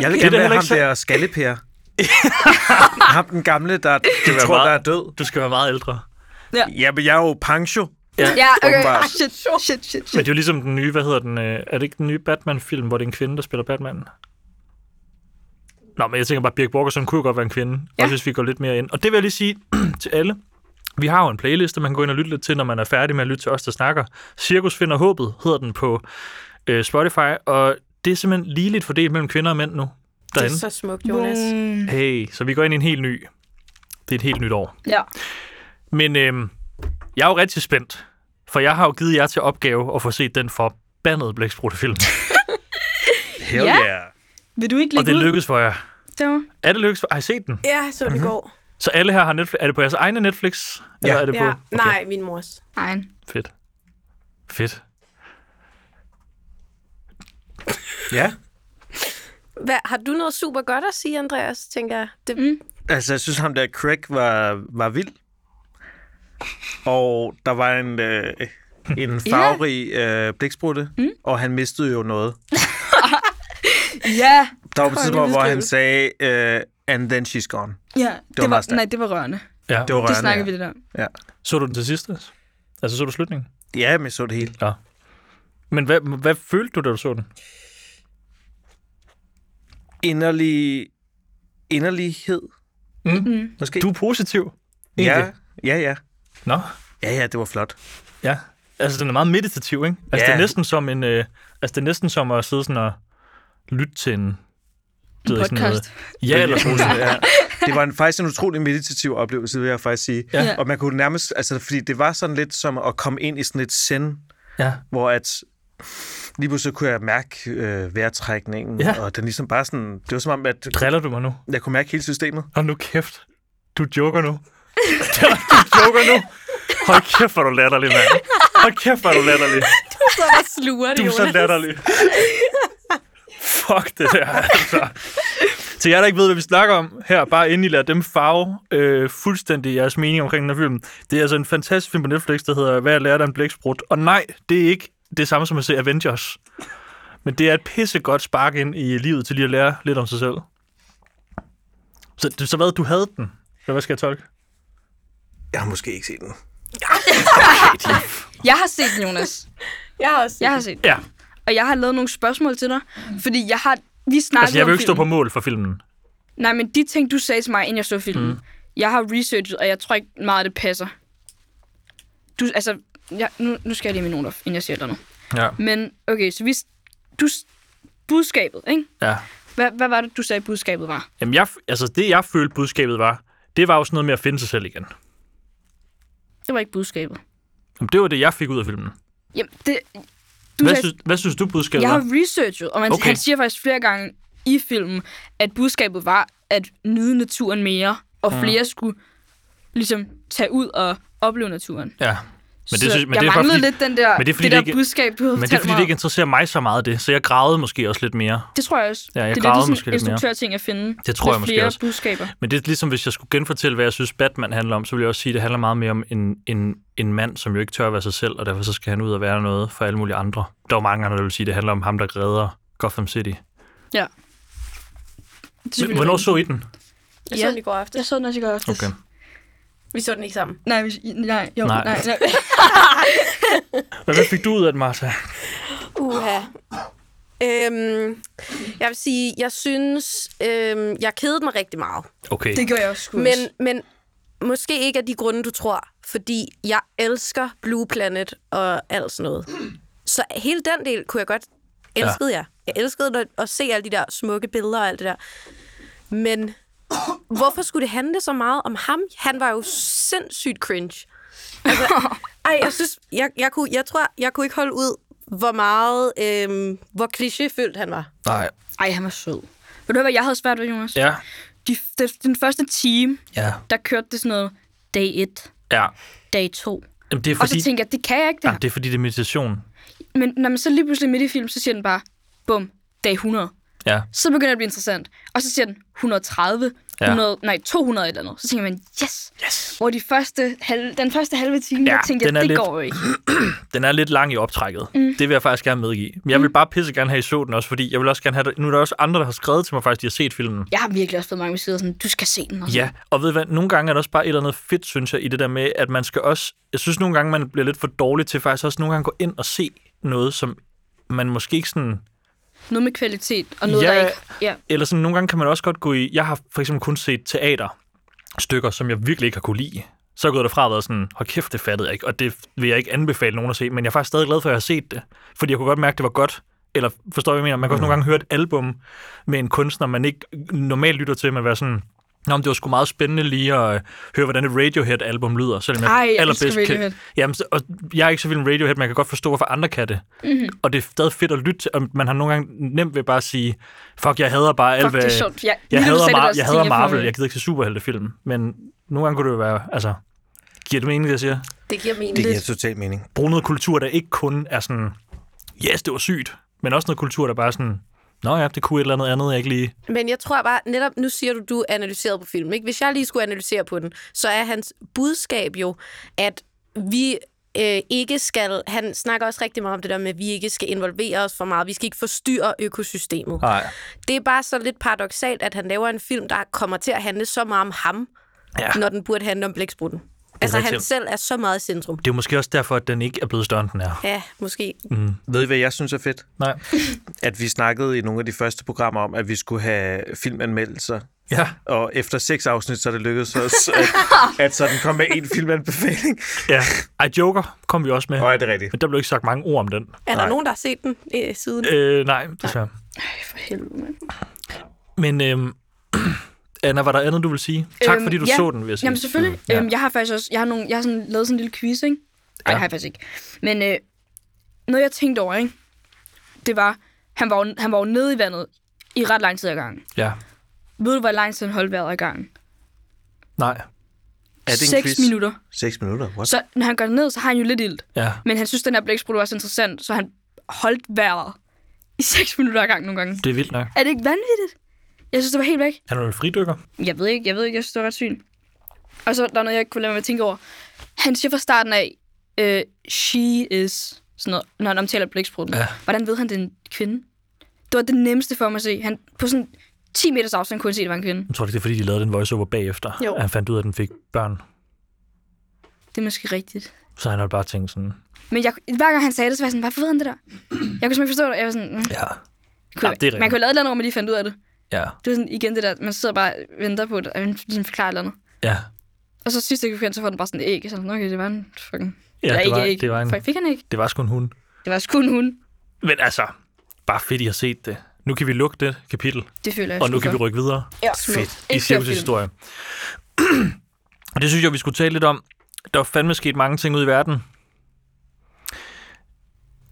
[SPEAKER 3] Jeg vil
[SPEAKER 4] Det er da
[SPEAKER 3] gerne være
[SPEAKER 4] heller
[SPEAKER 3] ham
[SPEAKER 4] ikke så-
[SPEAKER 3] der skallepær. ham den gamle, der jeg tror, der er
[SPEAKER 4] meget-
[SPEAKER 3] død.
[SPEAKER 4] Du skal være meget ældre.
[SPEAKER 3] Ja, men jeg er jo pancho.
[SPEAKER 2] Ja, okay.
[SPEAKER 3] Åbenbart.
[SPEAKER 2] Ah, shit, shit, shit,
[SPEAKER 4] Men
[SPEAKER 2] shit.
[SPEAKER 4] det er jo ligesom den nye, hvad hedder den, øh, er det ikke den nye Batman-film, hvor det er en kvinde, der spiller Batman? Nå, men jeg tænker bare, Birk Borgerson kunne jo godt være en kvinde, ja.
[SPEAKER 2] Ja.
[SPEAKER 4] også hvis vi går lidt mere ind. Og det vil jeg lige sige til alle. Vi har jo en playliste, man kan gå ind og lytte lidt til, når man er færdig med at lytte til os, der snakker. Cirkus finder håbet, hedder den på øh, Spotify, og det er simpelthen ligeligt fordelt mellem kvinder og mænd nu
[SPEAKER 5] Det
[SPEAKER 4] derinde.
[SPEAKER 5] er så smukt, Jonas.
[SPEAKER 2] Mm.
[SPEAKER 4] Hey, så vi går ind i en helt ny. Det er et helt nyt år.
[SPEAKER 2] Ja.
[SPEAKER 4] Men øhm, jeg er jo rigtig spændt, for jeg har jo givet jer til opgave at få set den forbandede blæksprutefilm.
[SPEAKER 3] Hell
[SPEAKER 2] Ja.
[SPEAKER 3] yeah.
[SPEAKER 2] Vil du ikke
[SPEAKER 4] og
[SPEAKER 2] lægge ud?
[SPEAKER 4] det lykkedes for jer.
[SPEAKER 2] Derovre?
[SPEAKER 4] Er det lykkedes for Har I set den?
[SPEAKER 5] Ja, jeg så det i går.
[SPEAKER 4] Så alle her har Netflix. Er det på jeres egne Netflix? Eller
[SPEAKER 3] Ja.
[SPEAKER 4] Er det på?
[SPEAKER 5] Ja. Nej, min mors.
[SPEAKER 2] Nej.
[SPEAKER 4] Fedt. Fedt.
[SPEAKER 3] Ja.
[SPEAKER 5] Hvad, har du noget super godt at sige, Andreas, tænker jeg? Det,
[SPEAKER 2] Mm.
[SPEAKER 3] Altså, jeg synes, ham der Craig var, var vild. Og der var en... Øh, en farverig øh, blæksprutte, mm. og han mistede jo noget.
[SPEAKER 2] Ja,
[SPEAKER 3] Der var på et
[SPEAKER 5] en
[SPEAKER 3] tidspunkt, hvor han
[SPEAKER 5] beskrivelse.
[SPEAKER 3] sagde, øh, and then she's gone.
[SPEAKER 2] ja det,
[SPEAKER 3] var
[SPEAKER 2] det
[SPEAKER 3] meget
[SPEAKER 2] var,
[SPEAKER 3] stærkt.
[SPEAKER 2] nej, det var rørende.
[SPEAKER 4] Ja.
[SPEAKER 3] Det var
[SPEAKER 2] Det
[SPEAKER 3] rørende.
[SPEAKER 2] snakker vi
[SPEAKER 3] ja.
[SPEAKER 2] lidt om.
[SPEAKER 3] Ja.
[SPEAKER 4] Så du den til sidst? altså? Altså, så du slutningen?
[SPEAKER 3] ja, men jeg så det hele.
[SPEAKER 4] Men hvad, hvad følte du, da du så den?
[SPEAKER 3] Inderlig... Inderlighed,
[SPEAKER 2] Mm.
[SPEAKER 3] måske?
[SPEAKER 4] Du er positiv.
[SPEAKER 3] ja,
[SPEAKER 4] egentlig.
[SPEAKER 3] ja, ja.
[SPEAKER 4] Nå,
[SPEAKER 3] Ja, ja, det var flot.
[SPEAKER 4] ja. Altså, den er meget meditativ, ikke? Altså, ja. det er
[SPEAKER 3] Ja.
[SPEAKER 4] næsten som en... Øh, altså, det er næsten som at sidde sådan og lytte til en... det ved jeg ikke, sådan
[SPEAKER 2] podcast.
[SPEAKER 4] noget- Ja, eller sådan noget.
[SPEAKER 3] ja. Det var en, faktisk en utrolig meditativ oplevelse, vil jeg faktisk sige.
[SPEAKER 4] Ja.
[SPEAKER 2] Ja.
[SPEAKER 3] Og man kunne nærmest... Altså, fordi det var sådan lidt som at komme ind i sådan et zen
[SPEAKER 4] Ja.
[SPEAKER 3] hvor at lige pludselig kunne jeg mærke øh, vejrtrækningen,
[SPEAKER 4] Ja.
[SPEAKER 3] ja. og den ligesom bare sådan, det var som om, at
[SPEAKER 4] Driller du mig nu?
[SPEAKER 3] jeg kunne mærke hele systemet.
[SPEAKER 4] Hold nu kæft. Du joker nu. du joker nu. Hold kæft, hvor er du latterlig, mand. Hold kæft, hvor er du latterlig.
[SPEAKER 5] Så var sluger det,
[SPEAKER 4] Du er så latterlig. Fuck det der, altså. Til jer, der ikke ved, hvad vi snakker om her, bare inden I lader dem farve øh, fuldstændig jeres mening omkring den her film. Det er altså en fantastisk film på Netflix, der hedder Hvad jeg lærte af en blæksprut. Og nej, det er ikke det samme som at se Avengers. Men det er et pissegodt spark ind i livet til lige at lære lidt om sig selv. Så, det- så hvad, du havde den? Eller hvad skal jeg tolke?
[SPEAKER 3] Jeg har måske ikke set den.
[SPEAKER 2] Jeg har set den, Jonas.
[SPEAKER 5] Jeg har også.
[SPEAKER 2] Jeg har set den.
[SPEAKER 4] Ja,
[SPEAKER 2] Og jeg har lavet nogle spørgsmål til dig, fordi jeg har... Vi snakkede
[SPEAKER 4] altså jeg vil
[SPEAKER 2] om
[SPEAKER 4] jo ikke stå
[SPEAKER 2] filmen.
[SPEAKER 4] på mål for filmen.
[SPEAKER 2] Nej, men de ting, du sagde til mig, inden jeg så filmen, mm. jeg har researchet, og jeg tror ikke meget, det passer. Du, altså, jeg, nu, nu skal jeg lige have mine noter, inden jeg siger noget.
[SPEAKER 4] Ja.
[SPEAKER 2] Men, okay, så vi, du, budskabet, ikke?
[SPEAKER 4] ja.
[SPEAKER 2] Hvad, hvad var det, du sagde, budskabet var?
[SPEAKER 4] Jamen, jeg, altså det, jeg følte budskabet var, det var jo sådan noget med at finde sig selv igen.
[SPEAKER 2] Det var ikke budskabet.
[SPEAKER 4] Jamen, det var det, jeg fik ud af filmen.
[SPEAKER 2] Jamen, det, du
[SPEAKER 4] Hvad,
[SPEAKER 2] sagde,
[SPEAKER 4] synes, hvad synes du, budskabet
[SPEAKER 2] jeg har
[SPEAKER 4] var?
[SPEAKER 2] researchet, og man,
[SPEAKER 4] Okay.
[SPEAKER 2] okay. han siger faktisk flere gange i filmen, at budskabet var at nyde naturen mere, og
[SPEAKER 4] Mm.
[SPEAKER 2] flere skulle ligesom tage ud og opleve naturen.
[SPEAKER 4] Ja. Men det,
[SPEAKER 2] så
[SPEAKER 4] synes, men
[SPEAKER 2] jeg
[SPEAKER 4] det er bare
[SPEAKER 2] manglede
[SPEAKER 4] fordi,
[SPEAKER 2] lidt den der,
[SPEAKER 4] men det er fordi,
[SPEAKER 2] det der
[SPEAKER 4] det ikke-
[SPEAKER 2] budskab, du havde
[SPEAKER 4] men det er
[SPEAKER 2] fortalt
[SPEAKER 4] fordi,
[SPEAKER 2] mig
[SPEAKER 4] det ikke
[SPEAKER 2] om.
[SPEAKER 4] interesserer mig så meget, det. Så jeg grædede måske også lidt mere.
[SPEAKER 2] Det tror jeg også.
[SPEAKER 4] Ja, jeg
[SPEAKER 2] det er lidt
[SPEAKER 4] gravede
[SPEAKER 2] ligesom
[SPEAKER 4] måske lidt mere.
[SPEAKER 2] instruktørting at finde.
[SPEAKER 4] Det tror
[SPEAKER 2] med
[SPEAKER 4] jeg måske
[SPEAKER 2] flere
[SPEAKER 4] også.
[SPEAKER 2] budskaber.
[SPEAKER 4] Men det er ligesom, hvis jeg skulle genfortælle, hvad jeg synes, Batman handler om, så ville jeg også sige, at det handler meget mere om en, en, en mand, som jo ikke tør at være sig selv, og derfor så skal han ud og være noget for alle mulige andre. Der er jo mange andre, der vil sige, at det handler om ham, der redder Gotham City.
[SPEAKER 2] Ja. Det er selvfølgelig
[SPEAKER 4] Hvornår
[SPEAKER 2] rigtigt.
[SPEAKER 4] så I den?
[SPEAKER 5] Jeg så den i går aftes.
[SPEAKER 2] Jeg så den også i går aftes.
[SPEAKER 4] Okay.
[SPEAKER 5] Vi så den ikke sammen.
[SPEAKER 2] Nej, hvis, nej, jo,
[SPEAKER 4] Nej.
[SPEAKER 2] nej. nej, nej.
[SPEAKER 4] Hvad hvad fik du ud af den, Martha?
[SPEAKER 5] Uha. Øhm, jeg vil sige, jeg synes, øhm, jeg kedede mig rigtig meget.
[SPEAKER 4] Okay.
[SPEAKER 2] Det gjorde jeg også. sgu
[SPEAKER 5] Men,
[SPEAKER 2] også.
[SPEAKER 5] men måske ikke af de grunde, du tror. Fordi jeg elsker Blue Planet og alt sådan noget. Så hele den del kunne jeg godt... Elskede ja. jeg. Jeg elskede at, at se alle de der smukke billeder og alt det der. Men hvorfor skulle det handle så meget om ham? Han var jo sindssygt cringe. Altså, ej, jeg synes... Jeg, jeg, kunne, jeg tror, jeg kunne ikke holde ud, hvor meget... Øhm, hvor klichéfyldt han var.
[SPEAKER 4] Nej.
[SPEAKER 2] Ej, han var sød. Ved du, hvad jeg havde svært ved, Jonas?
[SPEAKER 4] Ja.
[SPEAKER 2] De, de, den første time,
[SPEAKER 4] Ja.
[SPEAKER 2] der kørte det sådan noget dag 1,
[SPEAKER 4] Ja.
[SPEAKER 2] dag 2.
[SPEAKER 4] Jamen, det er
[SPEAKER 2] Og
[SPEAKER 4] fordi...
[SPEAKER 2] så tænkte jeg, det kan jeg ikke det
[SPEAKER 4] Jamen,
[SPEAKER 2] her.
[SPEAKER 4] det er fordi, det er meditation.
[SPEAKER 2] Men når man så lige pludselig midt i filmen, så siger den bare, bum, dag 100.
[SPEAKER 4] Ja.
[SPEAKER 2] Så begynder det at blive interessant. Og så siger den 130,
[SPEAKER 4] Ja.
[SPEAKER 2] 100, nej, 200 et eller andet. Så tænker man, yes!
[SPEAKER 4] Yes.
[SPEAKER 2] Hvor de første halve, den første halve time,
[SPEAKER 4] Ja,
[SPEAKER 2] ja, der tænkte jeg,
[SPEAKER 4] den er
[SPEAKER 2] det
[SPEAKER 4] lidt-
[SPEAKER 2] går jo ikke.
[SPEAKER 4] Den er lidt lang i optrækket. Mm. Det vil jeg faktisk gerne medgive. Men
[SPEAKER 2] Mm.
[SPEAKER 4] jeg vil bare pisse gerne have, I så den også, fordi jeg vil også gerne have... Nu er der også andre, der har skrevet til mig faktisk, de har set filmen.
[SPEAKER 2] Jeg har virkelig også fået mange beskeder sådan, du skal se den. Og sådan.
[SPEAKER 4] Ja, og ved I hvad, nogle gange er der også bare et eller andet fedt, synes jeg, i det der med, at man skal også... Jeg synes nogle gange, man bliver lidt for dårlig til faktisk også nogle gange gå ind og se noget, som man måske ikke sådan...
[SPEAKER 2] Noget med kvalitet, og noget,
[SPEAKER 4] Ja.
[SPEAKER 2] ja. der ikke... Ja.
[SPEAKER 4] Eller sådan, nogle gange kan man også godt gå i... Jeg har for eksempel kun set teaterstykker, som jeg virkelig ikke har kunne lide. Så er jeg gået derfra og været sådan, hold kæft, det fattede jeg ikke, og det vil jeg ikke anbefale nogen at se, men jeg er faktisk stadig glad for, at jeg har set det, fordi jeg kunne godt mærke, det var godt. Eller forstår jeg, hvad jeg mener? Man
[SPEAKER 2] Mm.
[SPEAKER 4] kan også nogle gange høre et album med en kunstner, man ikke normalt lytter til, men være sådan, Nå, men det var sgu meget spændende lige at øh, høre, hvordan et Radiohead-album lyder, selvom jeg
[SPEAKER 2] Ej, jeg elsker
[SPEAKER 4] kan...
[SPEAKER 2] Radiohead.
[SPEAKER 4] Jamen, så- og jeg er ikke så vild med Radiohead, men jeg kan godt forstå, hvorfor andre kan det. Mm-hmm. Og det er stadig fedt at lytte til, og man har nogle gange nemt ved bare at sige, fuck, jeg hader bare alt,
[SPEAKER 2] Fuck,
[SPEAKER 4] hvad...
[SPEAKER 2] det er sjovt. Ja, lige
[SPEAKER 4] Jeg
[SPEAKER 2] da du
[SPEAKER 4] hader,
[SPEAKER 2] sagde det
[SPEAKER 4] Mar-
[SPEAKER 2] der, så tænkte
[SPEAKER 4] jeg hader
[SPEAKER 2] jeg,
[SPEAKER 4] Marvel,
[SPEAKER 2] fuck.
[SPEAKER 4] jeg gider ikke se superheltefilm, men nogle gange kunne det jo være, altså, giver det mening, det jeg siger?
[SPEAKER 5] Det giver mening.
[SPEAKER 3] Det giver total mening.
[SPEAKER 4] Brug noget kultur, der ikke kun er sådan, yes, det var sygt, men også noget kultur, der bare er sådan, nå ja, det kunne et eller andet andet, jeg ikke lige...
[SPEAKER 5] Men jeg tror bare, netop nu siger du, du analyseret på filmen. Ikke? Hvis jeg lige skulle analysere på den, så er hans budskab jo, at vi øh, ikke skal... Han snakker også rigtig meget om det der med, at vi ikke skal involvere os for meget. Vi skal ikke forstyrre økosystemet.
[SPEAKER 4] Nej.
[SPEAKER 5] Det er bare så lidt paradoxalt, at han laver en film, der kommer til at handle så meget om ham, ja. når den burde handle om blæksprutten. Altså, han
[SPEAKER 4] rigtigt.
[SPEAKER 5] selv er så meget i centrum.
[SPEAKER 4] Det er måske også derfor, at den ikke er blevet større, end den er.
[SPEAKER 5] Ja, måske.
[SPEAKER 3] Ved I, hvad jeg synes er fedt?
[SPEAKER 4] Nej.
[SPEAKER 3] At vi snakkede i nogle af de første programmer om, at vi skulle have filmanmeldelser.
[SPEAKER 4] Ja.
[SPEAKER 3] Og efter seks afsnit, så er det lykkedes os, at, at sådan kom med en filmanbefaling.
[SPEAKER 4] ja. Ej, Joker kom vi også med.
[SPEAKER 3] Nej, det er rigtigt.
[SPEAKER 4] Men der blev ikke sagt mange ord om den.
[SPEAKER 5] Er der nogen, der har set den øh, siden?
[SPEAKER 4] Øh, nej, desværre.
[SPEAKER 2] Ej, for helvede, mand.
[SPEAKER 4] Men øhm, Anna, var der andet, du vil sige? Tak,
[SPEAKER 2] Øhm,
[SPEAKER 4] fordi du
[SPEAKER 2] ja.
[SPEAKER 4] så den, vil jeg sige. Mm,
[SPEAKER 2] Jamen selvfølgelig.
[SPEAKER 4] Ja.
[SPEAKER 2] Ja. Øhm, jeg har faktisk også jeg har nogle, jeg har sådan, lavet sådan en lille quiz, ikke? Ej,
[SPEAKER 4] Ja.
[SPEAKER 2] det har jeg faktisk ikke. Men øh, noget, jeg tænkte over, ikke? det var, han var, jo, han var jo nede i vandet i ret lang tid ad gangen.
[SPEAKER 4] Ja.
[SPEAKER 2] Ved du, hvor lang tid han holdt vejret ad gangen?
[SPEAKER 4] Nej.
[SPEAKER 3] Er det en
[SPEAKER 2] 6
[SPEAKER 3] quiz?
[SPEAKER 2] minutter.
[SPEAKER 3] Seks minutter? What?
[SPEAKER 2] Så når han går ned, så har han jo lidt ilt.
[SPEAKER 4] Ja.
[SPEAKER 2] Men han synes, den her blæksprutte var så interessant, så han holdt vejret i 6 minutter ad gangen nogle gange.
[SPEAKER 4] Det er vildt nok.
[SPEAKER 2] Er det ikke vanvittigt? Jeg synes, det var helt væk.
[SPEAKER 4] Han er jo en fridykker.
[SPEAKER 2] Jeg ved ikke, jeg ved ikke, jeg synes, det var ret sygt. Og så er der noget, jeg ikke kunne lade være med at tænke over. Han siger fra starten af, øh, she is, sådan noget, når han omtaler blæksprutten.
[SPEAKER 4] Ja.
[SPEAKER 2] Hvordan ved han, det er en kvinde? Det var det nemmeste for mig at se. Han, på sådan 10 meters afstand kunne han se, at det var en kvinde.
[SPEAKER 4] Jeg tror du ikke, det er, fordi de lavede den voiceover bagefter.
[SPEAKER 5] Jo.
[SPEAKER 4] At Han fandt ud af, at den fik børn.
[SPEAKER 2] Det er måske rigtigt.
[SPEAKER 4] Så han har bare tænkt sådan,
[SPEAKER 2] Men jeg, hver gang han sagde det, så var jeg sådan, hvorfor ved han det der? Jeg kunne simpelthen ikke forstå det. Jeg var sådan, mm,
[SPEAKER 4] ja,
[SPEAKER 2] kunne,
[SPEAKER 4] Ja, det er rigtigt.
[SPEAKER 2] man kunne lave et eller andet, hvor man lige fandt ud af det.
[SPEAKER 4] ja,
[SPEAKER 2] Det er sådan igen det der, at man sidder bare og venter på, at han sådan forklarer et eller andet.
[SPEAKER 4] ja.
[SPEAKER 2] Og så sidste sekvens, så får den bare sådan et æg. Sådan, okay, det var en fucking...
[SPEAKER 4] Ja,
[SPEAKER 2] Eller
[SPEAKER 4] det
[SPEAKER 2] ikke
[SPEAKER 4] var-
[SPEAKER 2] æg.
[SPEAKER 4] det var en-
[SPEAKER 2] For fik han ikke.
[SPEAKER 4] Det var sgu en hund.
[SPEAKER 2] Det var sgu en hund.
[SPEAKER 4] Men altså, bare fedt, I har set det. Nu kan vi lukke det kapitel,
[SPEAKER 2] Det føler jeg
[SPEAKER 4] og nu
[SPEAKER 2] sgu
[SPEAKER 4] kan vi
[SPEAKER 2] for.
[SPEAKER 4] rykke videre
[SPEAKER 2] ja,
[SPEAKER 3] Fedt.
[SPEAKER 4] i Cirkus historie. og det synes jeg, vi skulle tale lidt om. Der er fandme sket mange ting ude i verden.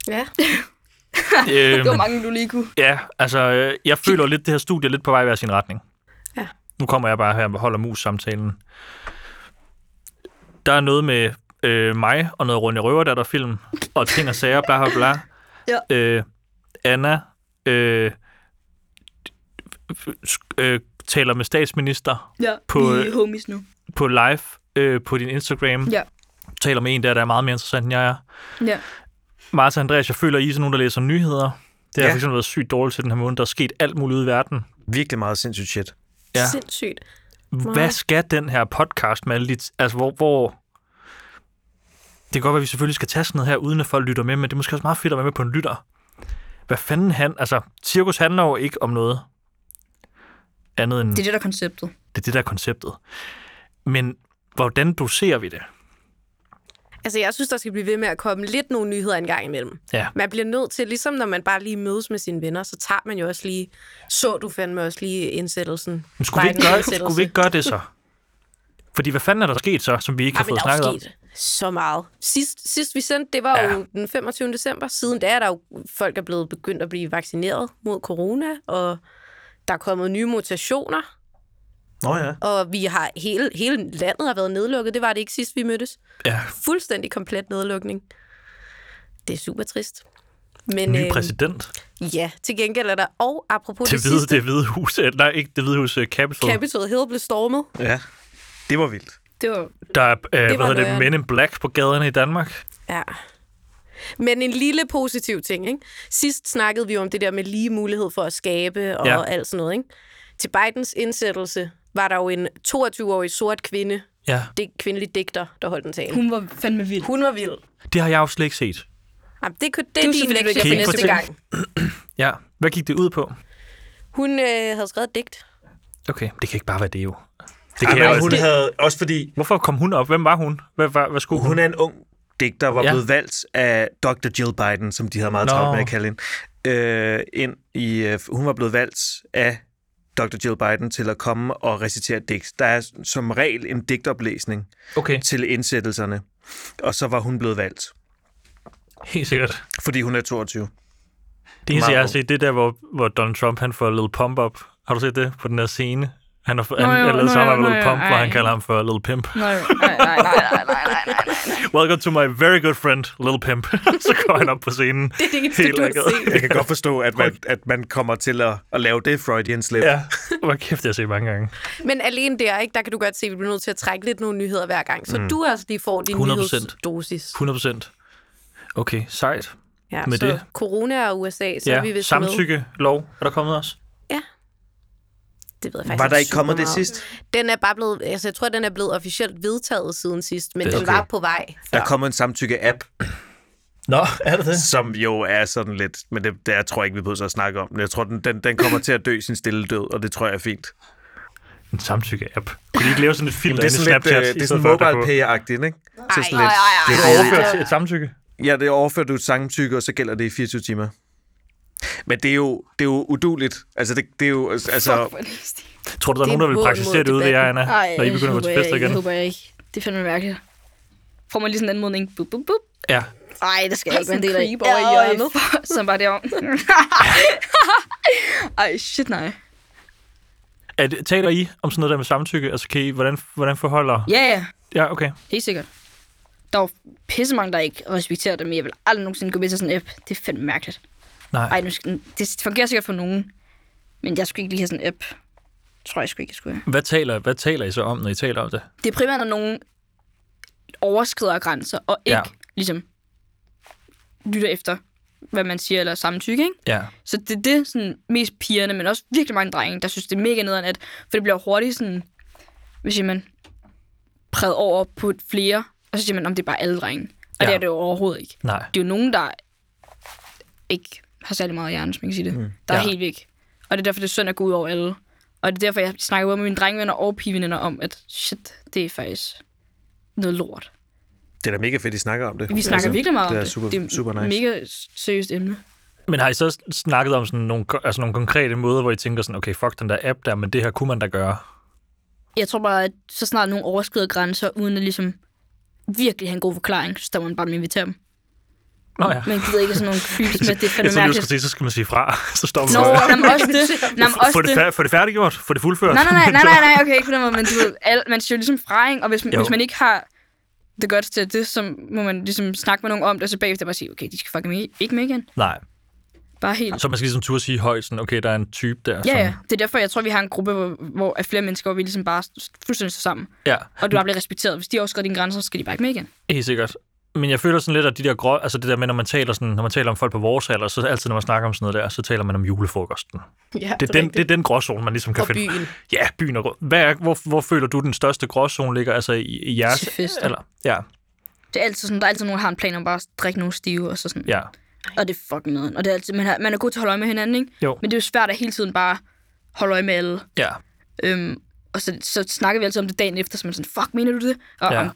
[SPEAKER 5] Ja.
[SPEAKER 4] øhm,
[SPEAKER 2] Det var mange, du lige kunne.
[SPEAKER 4] ja, altså, øh, jeg føler lidt, det her studie er lidt på vej i hver sin retning.
[SPEAKER 5] Ja.
[SPEAKER 4] Nu kommer jeg bare her og holder mus-samtalen. Der er noget med øh, mig og noget rundt i røver, der der film, og ting og sager, bla bla bla.
[SPEAKER 2] Ja.
[SPEAKER 4] Øh, Anna øh, sk- øh, taler med statsminister
[SPEAKER 2] Ja,
[SPEAKER 4] På,
[SPEAKER 2] vi er
[SPEAKER 4] øh,
[SPEAKER 2] homies nu.
[SPEAKER 4] på live øh, på din Instagram.
[SPEAKER 2] Ja.
[SPEAKER 4] Taler med en der, der er meget mere interessant, end jeg er.
[SPEAKER 2] Ja.
[SPEAKER 4] Martha Andreas, jeg føler, I er sådan nogen, der læser nyheder. Det har
[SPEAKER 3] Ja.
[SPEAKER 4] ja. fx været sygt dårligt til den her måned. Der er sket alt muligt ude i verden.
[SPEAKER 3] Virkelig meget sindssygt shit.
[SPEAKER 4] Ja.
[SPEAKER 5] Sindssygt.
[SPEAKER 4] Hvad
[SPEAKER 5] Nej.
[SPEAKER 4] skal den her podcast med alle de... Altså, hvor, hvor... Det kan godt være, at vi selvfølgelig skal tage sådan noget her, uden at folk lytter med, men det er måske også meget fedt at være med på en lytter. Hvad fanden han... Altså, cirkus handler jo ikke om noget andet end...
[SPEAKER 2] Det
[SPEAKER 4] Det,
[SPEAKER 2] er det, der er konceptet.
[SPEAKER 4] det er det, der er konceptet. Men hvordan doserer vi det?
[SPEAKER 5] Altså, jeg synes, der skal blive ved med at komme lidt nogle nyheder en gang imellem.
[SPEAKER 4] Ja.
[SPEAKER 5] Man bliver nødt til, ligesom når man bare lige mødes med sine venner, så tager man jo også lige, så du fandme også lige indsættelsen.
[SPEAKER 4] Men skulle, vi ikke gøre,
[SPEAKER 5] Biden-indsættelse.
[SPEAKER 4] skulle vi ikke gøre det så? Fordi hvad fanden er der sket så, som vi ikke
[SPEAKER 5] Ej,
[SPEAKER 4] har
[SPEAKER 5] men
[SPEAKER 4] fået
[SPEAKER 5] der er
[SPEAKER 4] snakket
[SPEAKER 5] jo
[SPEAKER 4] om?
[SPEAKER 5] sket så meget. Sidst, sidst vi sendte, det var ja. jo den 25. december. Siden da er der jo, folk er blevet begyndt at blive vaccineret mod corona, og der er kommet nye mutationer,
[SPEAKER 3] Nå ja.
[SPEAKER 5] og vi har hele, hele landet har været nedlukket. Det var det ikke sidst, vi mødtes.
[SPEAKER 4] Ja,
[SPEAKER 5] Fuldstændig komplet nedlukning. Det er super trist. Men,
[SPEAKER 4] ny
[SPEAKER 5] øhm,
[SPEAKER 4] præsident.
[SPEAKER 5] Ja, til gengæld er der, og apropos det,
[SPEAKER 4] Det
[SPEAKER 5] det
[SPEAKER 4] hvide,
[SPEAKER 5] sidste,
[SPEAKER 4] det hvide hus, eh, nej ikke det hvide hus, eh, Capitol.
[SPEAKER 5] Capitol Hill blev stormet.
[SPEAKER 3] Ja. Det var vildt.
[SPEAKER 2] Det var...
[SPEAKER 4] Der er, øh, hvad
[SPEAKER 5] var
[SPEAKER 4] hedder det,
[SPEAKER 5] nøjeren.
[SPEAKER 4] Men in Black på gaderne i Danmark.
[SPEAKER 5] Ja. Men en lille positiv ting, ikke? Sidst snakkede vi jo om det der med lige mulighed for at skabe og
[SPEAKER 4] Ja.
[SPEAKER 5] ja. alt sådan noget, ikke? Til Bidens indsættelse var der jo en 22-årig sort kvinde,
[SPEAKER 4] Ja,
[SPEAKER 5] det kvindelig digter, der holdt en tale.
[SPEAKER 2] Hun var fandme vild.
[SPEAKER 5] Hun var vild.
[SPEAKER 4] det har jeg jo slet ikke set.
[SPEAKER 5] Jamen, det, kunne, det
[SPEAKER 2] Du
[SPEAKER 5] er
[SPEAKER 2] er
[SPEAKER 5] din
[SPEAKER 2] selvfølgelig
[SPEAKER 5] lektie
[SPEAKER 2] ikke
[SPEAKER 5] for
[SPEAKER 4] helt
[SPEAKER 5] næste
[SPEAKER 4] fortælle.
[SPEAKER 5] gang.
[SPEAKER 4] Ja, hvad gik det ud på?
[SPEAKER 5] Hun øh, havde skrevet et digt.
[SPEAKER 4] Okay, det kan ikke bare være det jo. Det
[SPEAKER 3] Ej,
[SPEAKER 4] kan jeg
[SPEAKER 3] men
[SPEAKER 4] også.
[SPEAKER 3] hun
[SPEAKER 4] Havde...
[SPEAKER 3] havde, også fordi
[SPEAKER 4] Hvorfor kom hun op? Hvem var hun? Hvad, hvad, hvad skulle hun?
[SPEAKER 3] Hun er en ung digter, var
[SPEAKER 4] Ja.
[SPEAKER 3] ja. blevet valgt af Dr. Jill Biden, som de havde meget
[SPEAKER 4] Nå.
[SPEAKER 3] travlt med at kalde hende. Øh, ind i, øh, hun var blevet valgt af Dr. Jill Biden til at komme og recitere et digt. Der er som regel en digtoplæsning
[SPEAKER 4] Okay,
[SPEAKER 3] til indsættelserne, og så var hun blevet valgt,
[SPEAKER 4] helt sikkert.
[SPEAKER 3] fordi hun er 22.
[SPEAKER 4] Det eneste,
[SPEAKER 3] Meget
[SPEAKER 4] jeg har
[SPEAKER 3] ung.
[SPEAKER 4] set, det er der, hvor, hvor Donald Trump han får Lil Pump op. Har du set det på den her scene? Han har
[SPEAKER 2] jo,
[SPEAKER 4] han, ellers
[SPEAKER 2] nå
[SPEAKER 4] har
[SPEAKER 2] jo,
[SPEAKER 4] han
[SPEAKER 2] nå
[SPEAKER 4] Little
[SPEAKER 2] jo,
[SPEAKER 4] Pump, hvor
[SPEAKER 2] ej.
[SPEAKER 4] han kalder ham for Little Pimp.
[SPEAKER 2] Nej, nej, nej, nej, nej, nej, nej, nej.
[SPEAKER 4] Welcome to my very good friend, Little Pimp. så går han op på scenen.
[SPEAKER 5] Det er det eneste, du har
[SPEAKER 4] akavet.
[SPEAKER 5] set.
[SPEAKER 3] Jeg kan godt forstå, at man, at man kommer til at, at lave det Freudian slip.
[SPEAKER 4] Ja, hvor kæft, det har jeg set mange gange.
[SPEAKER 5] Men alene der, ikke, der kan du godt se, at vi bliver nødt til at trække lidt nogle nyheder hver gang. Så mm. du også lige får din
[SPEAKER 4] 100%.
[SPEAKER 5] nyhedsdosis.
[SPEAKER 4] 100 procent. Okay, sejt.
[SPEAKER 5] Ja,
[SPEAKER 4] Med
[SPEAKER 5] så
[SPEAKER 4] det.
[SPEAKER 5] corona og USA, så er vi
[SPEAKER 4] Ja,
[SPEAKER 5] vist
[SPEAKER 4] samtykkelov er der kommet også.
[SPEAKER 5] Med. Ja. Det ved jeg faktisk
[SPEAKER 3] Var der ikke
[SPEAKER 5] super
[SPEAKER 3] kommet det
[SPEAKER 5] meget.
[SPEAKER 3] sidst?
[SPEAKER 5] Den er bare blevet, altså jeg tror, den er blevet officielt vedtaget siden sidst, men
[SPEAKER 4] Det er
[SPEAKER 5] den
[SPEAKER 4] okay.
[SPEAKER 5] var på vej.
[SPEAKER 3] Der
[SPEAKER 5] før.
[SPEAKER 3] er kommet en samtykke-app,
[SPEAKER 4] Nå, er det det?
[SPEAKER 3] som jo er sådan lidt... Men det, det jeg tror jeg ikke, vi behøver så at snakke om. Jeg tror, den, den, den kommer til at dø sin stille død, og det tror jeg er fint.
[SPEAKER 4] En samtykke-app. Kunne de ikke lave sådan et filter
[SPEAKER 3] Det er
[SPEAKER 4] inde i
[SPEAKER 3] sådan lidt,
[SPEAKER 4] Snapchat?
[SPEAKER 3] øh, det er sådan mobile pay-agtigt, ikke? Så sådan lidt,
[SPEAKER 4] Det er overført til et samtykke.
[SPEAKER 3] ja, det overfører du et samtykke, og så gælder det i 24 timer. Men det er jo, det er jo uduligt. Altså, det, det er jo... Altså,
[SPEAKER 2] Fuck, hvor er det stil.
[SPEAKER 4] Tror du, der er
[SPEAKER 5] Det er
[SPEAKER 4] nogen, der vil
[SPEAKER 5] mod-
[SPEAKER 4] praktisere
[SPEAKER 5] mod
[SPEAKER 4] det ude ved jer,
[SPEAKER 5] debatten.
[SPEAKER 4] Anna?
[SPEAKER 2] Ej,
[SPEAKER 4] Når I
[SPEAKER 2] det
[SPEAKER 4] begynder at
[SPEAKER 2] håber
[SPEAKER 4] gå til
[SPEAKER 2] jeg
[SPEAKER 4] fester
[SPEAKER 2] ikke.
[SPEAKER 4] igen?
[SPEAKER 2] Det håber jeg ikke. Det er fandme mærkeligt. Får man lige sådan en anmodning. Bup, bup, bup.
[SPEAKER 4] Ja.
[SPEAKER 2] Ej, det skal jeg ikke være en del af.
[SPEAKER 5] Sådan en creep over i
[SPEAKER 2] Ja,
[SPEAKER 5] hjørnet.
[SPEAKER 2] for- Som bare derom. Ej, shit nej.
[SPEAKER 4] Er det, taler I om sådan noget der med samtykke? Altså, kan I, hvordan, hvordan forholder...
[SPEAKER 2] Ja, ja.
[SPEAKER 4] Ja, okay.
[SPEAKER 2] Helt sikkert. Der er jo pisse mange, der ikke respekterer dem. Jeg vil aldrig nogensinde gå med til sådan en app. Det er fandme mærkeligt.
[SPEAKER 4] Nej.
[SPEAKER 2] Ej, nu skal, det fungerer sikkert for nogen. Men jeg skulle ikke lige have sådan en app. Tror jeg sgu ikke, jeg skulle have.
[SPEAKER 4] Hvad taler, hvad taler I så om, når I taler om det?
[SPEAKER 2] Det er primært, når nogen overskrider grænser, og ikke
[SPEAKER 4] Ja.
[SPEAKER 2] ja. ligesom lytter efter, hvad man siger, eller samtykke, ikke?
[SPEAKER 4] Ja.
[SPEAKER 2] Så det er det sådan, mest pigerne, men også virkelig mange drenge, der synes, det er mega nederen, at, for det bliver hurtigt sådan, hvis man præget over på et flere, og så siger man, om det er bare alle drenge. Og
[SPEAKER 4] Ja.
[SPEAKER 2] ja. det er det jo overhovedet ikke.
[SPEAKER 4] Nej.
[SPEAKER 2] Det er jo nogen, der ikke har særlig meget hjerne, hvis man kan sige det. Mm. Der er
[SPEAKER 4] Ja.
[SPEAKER 2] helt væk. Og det er derfor, det er synd at gå ud over alle. Og det er derfor, jeg snakker både med mine drengevenner og pigeveninder om, at shit, det er faktisk noget lort.
[SPEAKER 3] det er da mega fedt, I snakker om det.
[SPEAKER 2] Vi snakker
[SPEAKER 3] altså,
[SPEAKER 2] altså, virkelig meget
[SPEAKER 3] det
[SPEAKER 2] om
[SPEAKER 3] er
[SPEAKER 2] det.
[SPEAKER 3] super-
[SPEAKER 2] det er
[SPEAKER 3] super nice.
[SPEAKER 2] mega seriøst emne.
[SPEAKER 4] Men har I så snakket om sådan nogle, altså nogle konkrete måder, hvor I tænker sådan, okay, fuck den der app der, men det her kunne man da gøre?
[SPEAKER 2] jeg tror bare, at så snart nogen overskrider grænser, uden at ligesom virkelig have en god forklaring, så står man bare med at invitere dem.
[SPEAKER 4] Nå ja.
[SPEAKER 2] Man gider ikke sådan nogle creeps med, det er fandme
[SPEAKER 4] Jeg tror, du skal
[SPEAKER 2] mærkeligt.
[SPEAKER 4] sige, så skal man sige fra. Så står man
[SPEAKER 2] Nå,
[SPEAKER 4] bare.
[SPEAKER 2] jamen også det. Jamen
[SPEAKER 4] Få
[SPEAKER 2] også
[SPEAKER 4] det,
[SPEAKER 2] det.
[SPEAKER 4] fær- få det færdiggjort, få det fuldført.
[SPEAKER 2] Nej, nej, nej, nej, nej, nej, okay, ikke på den måde, men du ved, al, man siger jo ligesom fra, ikke? og hvis,
[SPEAKER 4] Jo.
[SPEAKER 2] hvis man ikke har det godt til det, så må man ligesom snakke med nogen om det, og så bagefter bare sige, okay, de skal fucking ikke- ikke med igen.
[SPEAKER 4] nej.
[SPEAKER 2] Bare helt.
[SPEAKER 4] Så man skal ligesom turde sige højt, sådan, okay, der er en type der.
[SPEAKER 2] Ja,
[SPEAKER 4] som-
[SPEAKER 2] ja. Det er derfor, jeg tror, vi har en gruppe, hvor, hvor er flere mennesker, hvor vi ligesom bare s- fuldstændig står sammen.
[SPEAKER 4] ja.
[SPEAKER 2] Og du har blevet respekteret. Hvis de overskrider dine grænser, så skal de bare ikke med igen.
[SPEAKER 4] Helt sikkert. Men jeg føler sådan lidt, at de der grå, altså det der med, når man taler, sådan, når man taler om folk på vores alder, så altid, når man snakker om sådan noget der, så taler man om julefrokosten.
[SPEAKER 5] ja,
[SPEAKER 4] Det er, den, det er den gråzone, man ligesom kan
[SPEAKER 5] Og
[SPEAKER 4] finde.
[SPEAKER 5] byen.
[SPEAKER 4] Ja, byen og grå. Hvad er, hvor, hvor føler du, den største gråzone ligger altså i, i jeres?
[SPEAKER 2] Til fester.
[SPEAKER 4] Eller, ja,
[SPEAKER 2] Det er altid sådan, der er altid nogen, der har en plan om bare at drikke nogle stive, og så sådan.
[SPEAKER 4] ja.
[SPEAKER 2] Og det er fucking noget. Og det er altid, man, har, man er god til at holde øje med hinanden, ikke?
[SPEAKER 4] Jo.
[SPEAKER 2] Men det er jo svært at hele tiden bare holde øje med alle.
[SPEAKER 4] ja.
[SPEAKER 2] Øhm, og så, så snakker vi altid om det dagen efter, så man er sådan, fuck, mener du det? Og
[SPEAKER 4] Ja.
[SPEAKER 2] ja. om,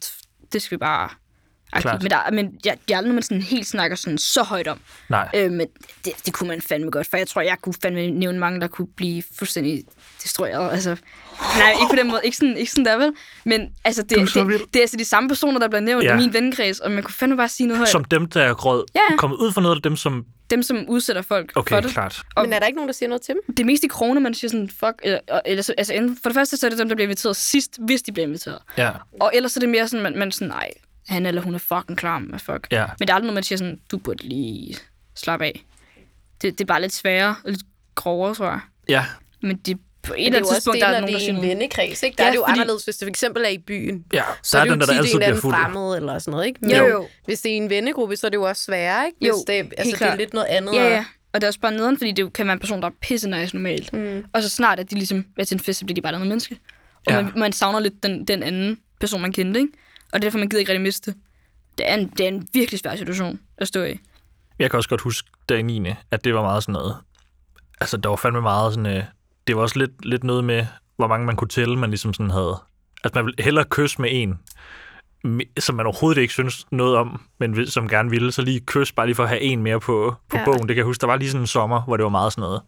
[SPEAKER 2] det skal vi bare...
[SPEAKER 4] Klart.
[SPEAKER 2] Klart. Men, der, men jeg, jeg er aldrig, når man sådan helt snakker sådan så højt om.
[SPEAKER 4] Nej.
[SPEAKER 2] Øh, men det, det, kunne man fandme godt, for jeg tror, jeg kunne fandme nævne mange, der kunne blive fuldstændig destrueret. Altså, nej, ikke på den måde. Ikke sådan, ikke sådan der, vel? Men altså, det,
[SPEAKER 4] så
[SPEAKER 2] det,
[SPEAKER 4] vild.
[SPEAKER 2] det, er altså de samme personer, der bliver nævnt
[SPEAKER 4] Ja.
[SPEAKER 2] ja. i min vennekreds, og man kunne fandme bare sige noget højt.
[SPEAKER 4] Som dem, der er grød,
[SPEAKER 2] Ja.
[SPEAKER 4] kommet ud for noget, og dem, som...
[SPEAKER 2] dem, som udsætter folk
[SPEAKER 4] Okay,
[SPEAKER 2] for det.
[SPEAKER 4] klart.
[SPEAKER 2] Og
[SPEAKER 5] Men er der ikke nogen, der siger noget til dem?
[SPEAKER 2] det er mest i kroner, man siger sådan, fuck, eller, og- eller, så- altså, enten- for det første så er det dem, der bliver inviteret sidst, hvis de bliver inviteret.
[SPEAKER 4] Ja,
[SPEAKER 2] Og ellers så er det mere sådan, man, man sådan, nej, han eller hun er fucking klar med fuck.
[SPEAKER 4] Ja.
[SPEAKER 2] Men der er aldrig noget, man siger sådan, du burde lige slappe af. Det, det er bare lidt sværere, og lidt grovere, tror jeg.
[SPEAKER 4] ja.
[SPEAKER 2] Men det, på et eller
[SPEAKER 5] Men det er
[SPEAKER 2] andet
[SPEAKER 5] jo også
[SPEAKER 2] tidspunkt,
[SPEAKER 5] det,
[SPEAKER 2] der er
[SPEAKER 5] når
[SPEAKER 2] nogen,
[SPEAKER 5] det
[SPEAKER 2] der
[SPEAKER 5] er i
[SPEAKER 2] siger
[SPEAKER 5] en
[SPEAKER 2] noget.
[SPEAKER 5] vennekreds. Ikke? Der ja,
[SPEAKER 2] Ja,
[SPEAKER 5] er det jo
[SPEAKER 2] fordi-
[SPEAKER 5] anderledes, hvis det for eksempel er i byen.
[SPEAKER 4] Ja,
[SPEAKER 5] så
[SPEAKER 4] der
[SPEAKER 5] er
[SPEAKER 4] er
[SPEAKER 5] det jo
[SPEAKER 4] den, der
[SPEAKER 5] tit en
[SPEAKER 4] altid
[SPEAKER 5] eller
[SPEAKER 4] bliver
[SPEAKER 5] anden
[SPEAKER 4] fuld.
[SPEAKER 5] fremmed eller sådan noget. Ikke?
[SPEAKER 2] Jo,
[SPEAKER 5] Men
[SPEAKER 2] jo.
[SPEAKER 5] Hvis det er i en vennegruppe, så er det jo også sværere. Ikke?
[SPEAKER 2] Jo,
[SPEAKER 5] Hvis det,
[SPEAKER 2] helt
[SPEAKER 5] altså, det er
[SPEAKER 2] klart.
[SPEAKER 5] lidt noget andet.
[SPEAKER 2] Ja,
[SPEAKER 5] og-
[SPEAKER 2] ja. Og det er også bare nederen, fordi det jo kan være en person, der er pisse nice normalt. Mm. Og så snart, at de ligesom er til en fest, så bliver de bare et andet menneske. Og
[SPEAKER 4] Ja.
[SPEAKER 2] ja. man, man, savner lidt den, den anden person, man kendte, ikke? Og det er derfor, man gider ikke rigtig miste det. Det er en, det er en virkelig svær situation at stå i.
[SPEAKER 4] Jeg kan også godt huske, da i 9. at det var meget sådan noget... Altså, der var fandme meget sådan... Øh, det var også lidt, lidt noget med, hvor mange man kunne tælle, man ligesom sådan havde. Altså, man ville hellere kysse med en, me- som man overhovedet ikke synes noget om, men vil- som gerne ville, så lige kys, bare lige for at have en mere på, på ja.
[SPEAKER 5] Ja.
[SPEAKER 4] bogen. Det kan jeg huske, der var lige sådan en sommer, hvor det var meget sådan noget.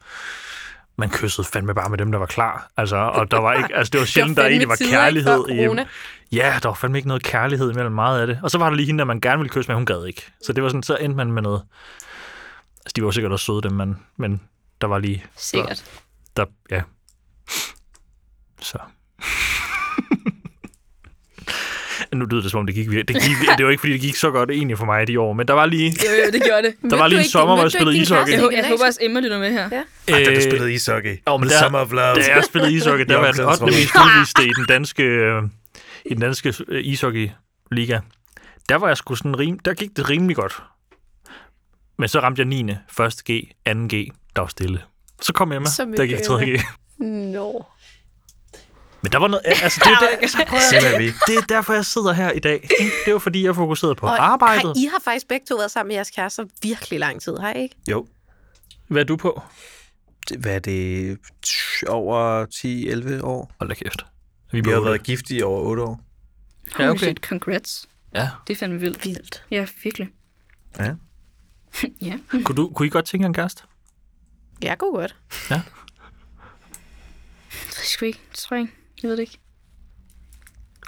[SPEAKER 4] Man kyssede fandme bare med dem, der var klar. Altså, og der var ikke, altså, det var sjældent, der
[SPEAKER 5] fandme
[SPEAKER 4] egentlig var
[SPEAKER 5] tider, ikke, før
[SPEAKER 4] kærlighed. i-
[SPEAKER 5] corona.
[SPEAKER 4] Ja, der var fandme ikke noget kærlighed imellem meget af det. Og så var der lige hende, der man gerne ville kysse med, hun gad ikke. Så det var sådan, så endte man med noget. Altså, de var jo sikkert også søde, dem man, men der var lige...
[SPEAKER 2] Sikkert.
[SPEAKER 4] Der, ja. Så. nu lyder det, som om det gik virkelig. Det, gik, det var ikke, fordi det gik så godt egentlig for mig de år, men der var lige...
[SPEAKER 2] Jo, jo, det gjorde det.
[SPEAKER 4] Der var
[SPEAKER 5] Mødte
[SPEAKER 4] lige
[SPEAKER 5] du
[SPEAKER 4] en
[SPEAKER 5] ikke-
[SPEAKER 4] sommer, hvor jeg
[SPEAKER 5] mødte du
[SPEAKER 4] spillede
[SPEAKER 5] ikke din
[SPEAKER 4] ishockey.
[SPEAKER 5] kæreste?
[SPEAKER 2] Jeg, jeg håber også, Emma lytter med her.
[SPEAKER 5] Ja.
[SPEAKER 3] Ej, da du spillede ishockey.
[SPEAKER 4] Åh, men
[SPEAKER 3] The
[SPEAKER 4] der-
[SPEAKER 3] Summer of Love.
[SPEAKER 4] øh, Da jeg spillede ishockey, der var jeg den 8.
[SPEAKER 3] omklædningsrummet.
[SPEAKER 4] mest udviste i den danske, øh, i den danske øh, ishockey-liga. Der var jeg sgu sådan rim, der gik det rimelig godt. Men så ramte jeg 9. 1. G, 2. G, der var stille. Så kom Emma,
[SPEAKER 5] Så
[SPEAKER 4] så
[SPEAKER 5] mødte
[SPEAKER 4] der gik
[SPEAKER 5] du
[SPEAKER 4] 3. G.
[SPEAKER 5] Nå.
[SPEAKER 4] Men der var noget... Altså, det, er der,
[SPEAKER 3] Sådan er vi.
[SPEAKER 4] det er derfor, jeg sidder her i dag. ikke? Det var fordi, jeg fokuserede på arbejdet.
[SPEAKER 5] Har, I har faktisk begge to været sammen med jeres kærester virkelig lang tid, har I ikke?
[SPEAKER 3] Jo.
[SPEAKER 4] Hvad er du på?
[SPEAKER 3] Det- Hvad er det? Tsh, Over 10-11 år?
[SPEAKER 4] Hold da kæft. Vi,
[SPEAKER 3] Vi har
[SPEAKER 4] blev
[SPEAKER 3] været gift i over 8 år.
[SPEAKER 2] Ja, okay. Shit, congrats.
[SPEAKER 4] Ja.
[SPEAKER 2] Det er fandme vildt.
[SPEAKER 5] Vildt.
[SPEAKER 2] Ja, virkelig.
[SPEAKER 3] Ja.
[SPEAKER 2] ja.
[SPEAKER 4] Kunne, du, kunne I godt tænke jer en kæreste?
[SPEAKER 5] Jeg kunne godt.
[SPEAKER 4] Ja.
[SPEAKER 2] Det ved jeg sgu ikke. Det tror jeg ikke. Jeg ved det ikke.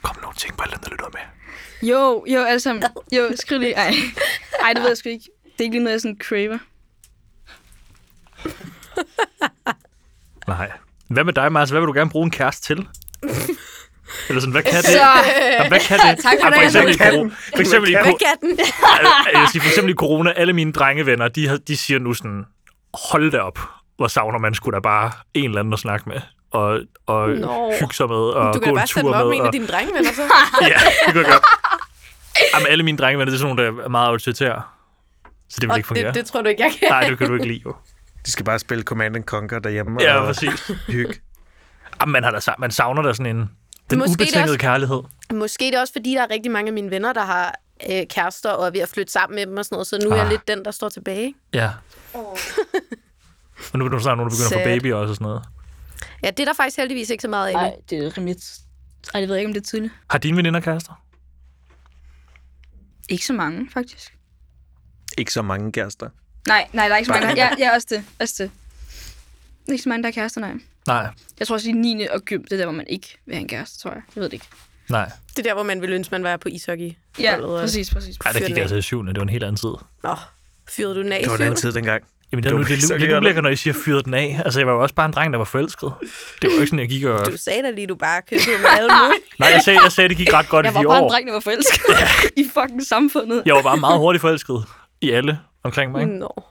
[SPEAKER 4] Kom nu, tænk på alle dem, der lytter med.
[SPEAKER 2] Jo, jo, alle sammen. Jo, skriv lige. Ej. Ej, det ved jeg sgu ikke. Det er ikke lige noget, jeg sådan craver.
[SPEAKER 4] Nej. Hvad med dig, Mads? Hvad vil du gerne bruge en kæreste til? Eller sådan, hvad kan
[SPEAKER 5] Altså,
[SPEAKER 4] det?
[SPEAKER 5] øh,
[SPEAKER 2] Så,
[SPEAKER 4] Jamen, hvad kan
[SPEAKER 2] Tak
[SPEAKER 4] det?
[SPEAKER 2] for det.
[SPEAKER 4] Jamen, for eksempel, i
[SPEAKER 3] Hvad kan
[SPEAKER 4] corona,
[SPEAKER 3] den?
[SPEAKER 4] for eksempel, i,
[SPEAKER 5] Hvad
[SPEAKER 4] co-
[SPEAKER 5] kan den?
[SPEAKER 4] al- jeg siger, for eksempel i corona, alle mine drengevenner, de, har- de siger nu sådan, hold da op, hvor savner man skulle da bare en eller anden at snakke med. Og, og
[SPEAKER 5] Nå.
[SPEAKER 4] hygge sig med, og
[SPEAKER 5] Du
[SPEAKER 4] gå
[SPEAKER 5] kan
[SPEAKER 4] en
[SPEAKER 5] bare sætte
[SPEAKER 4] tur
[SPEAKER 5] mig op med
[SPEAKER 4] med.
[SPEAKER 5] en af
[SPEAKER 4] Og,
[SPEAKER 5] dine drengevenner, så.
[SPEAKER 4] ja, det kunne jeg godt. Jamen, alle mine drengevenner, det er sådan nogle, der er meget autoritære. Så det vil
[SPEAKER 5] Og
[SPEAKER 4] ikke fungere.
[SPEAKER 5] det, det tror du ikke, jeg kan.
[SPEAKER 4] Nej, det kan du ikke lide, jo.
[SPEAKER 3] De skal bare spille Command and Conquer derhjemme.
[SPEAKER 4] Ja,
[SPEAKER 3] og
[SPEAKER 4] præcis.
[SPEAKER 3] Hygge.
[SPEAKER 4] Jamen, man, har da, sa- man savner da sådan en, den
[SPEAKER 5] Måske det er
[SPEAKER 4] ubetingede
[SPEAKER 5] også-
[SPEAKER 4] kærlighed.
[SPEAKER 5] Måske det er også, fordi der er rigtig mange af mine venner, der har øh, kærester og er ved at flytte sammen med dem og sådan noget, så nu ah. er
[SPEAKER 4] Ah.
[SPEAKER 5] jeg lidt den, der står tilbage. ikke?
[SPEAKER 4] Ja. Og nu er der snart nogen, der begynder at få
[SPEAKER 5] Sad.
[SPEAKER 4] baby også og sådan noget.
[SPEAKER 5] Ja, det er der faktisk heldigvis ikke så meget af.
[SPEAKER 2] Nej,
[SPEAKER 5] nu.
[SPEAKER 2] det er rimelig... Ej, det ved jeg ikke, om det er tidligt.
[SPEAKER 4] Har dine veninder kærester?
[SPEAKER 2] Ikke så mange, faktisk.
[SPEAKER 3] Ikke så mange kærester.
[SPEAKER 2] Nej, nej, der er ikke så mange. der- Ja, ja, også det. Også det. Ikke så mange, der er kærester, nej.
[SPEAKER 4] Nej.
[SPEAKER 2] Jeg tror også, at 9. og gym, det er der, hvor man ikke vil have en kæreste, tror jeg. Jeg ved det ikke.
[SPEAKER 4] Nej.
[SPEAKER 5] Det er der, hvor man ville ønske, man var på ishockey.
[SPEAKER 2] Ja, præcis, præcis.
[SPEAKER 4] Nej, der
[SPEAKER 5] Fyr
[SPEAKER 4] gik
[SPEAKER 5] den
[SPEAKER 4] altså i syvende. Det var en helt anden tid.
[SPEAKER 5] Nå, fyrede du den af i
[SPEAKER 3] Det var en anden
[SPEAKER 5] syvende?
[SPEAKER 3] tid dengang.
[SPEAKER 4] Jamen, det er
[SPEAKER 3] Det
[SPEAKER 4] nu,
[SPEAKER 3] var
[SPEAKER 4] det,
[SPEAKER 3] ikke så
[SPEAKER 4] det, det
[SPEAKER 3] godt.
[SPEAKER 4] ulækkert, når I siger fyret den af. Altså, jeg var jo også bare en dreng, der var forelsket. Det var jo ikke sådan, jeg gik og...
[SPEAKER 5] Du sagde da lige, du bare kyssede med alle mulige.
[SPEAKER 4] Nej, jeg sagde, jeg sagde det gik ret godt
[SPEAKER 2] Jeg
[SPEAKER 4] i
[SPEAKER 2] var
[SPEAKER 4] de
[SPEAKER 2] bare
[SPEAKER 4] år.
[SPEAKER 2] en dreng, der var forelsket i fucking samfundet.
[SPEAKER 4] Jeg var bare meget hurtigt forelsket i alle omkring
[SPEAKER 2] Mm.
[SPEAKER 4] mig. Ikke?
[SPEAKER 5] Nå,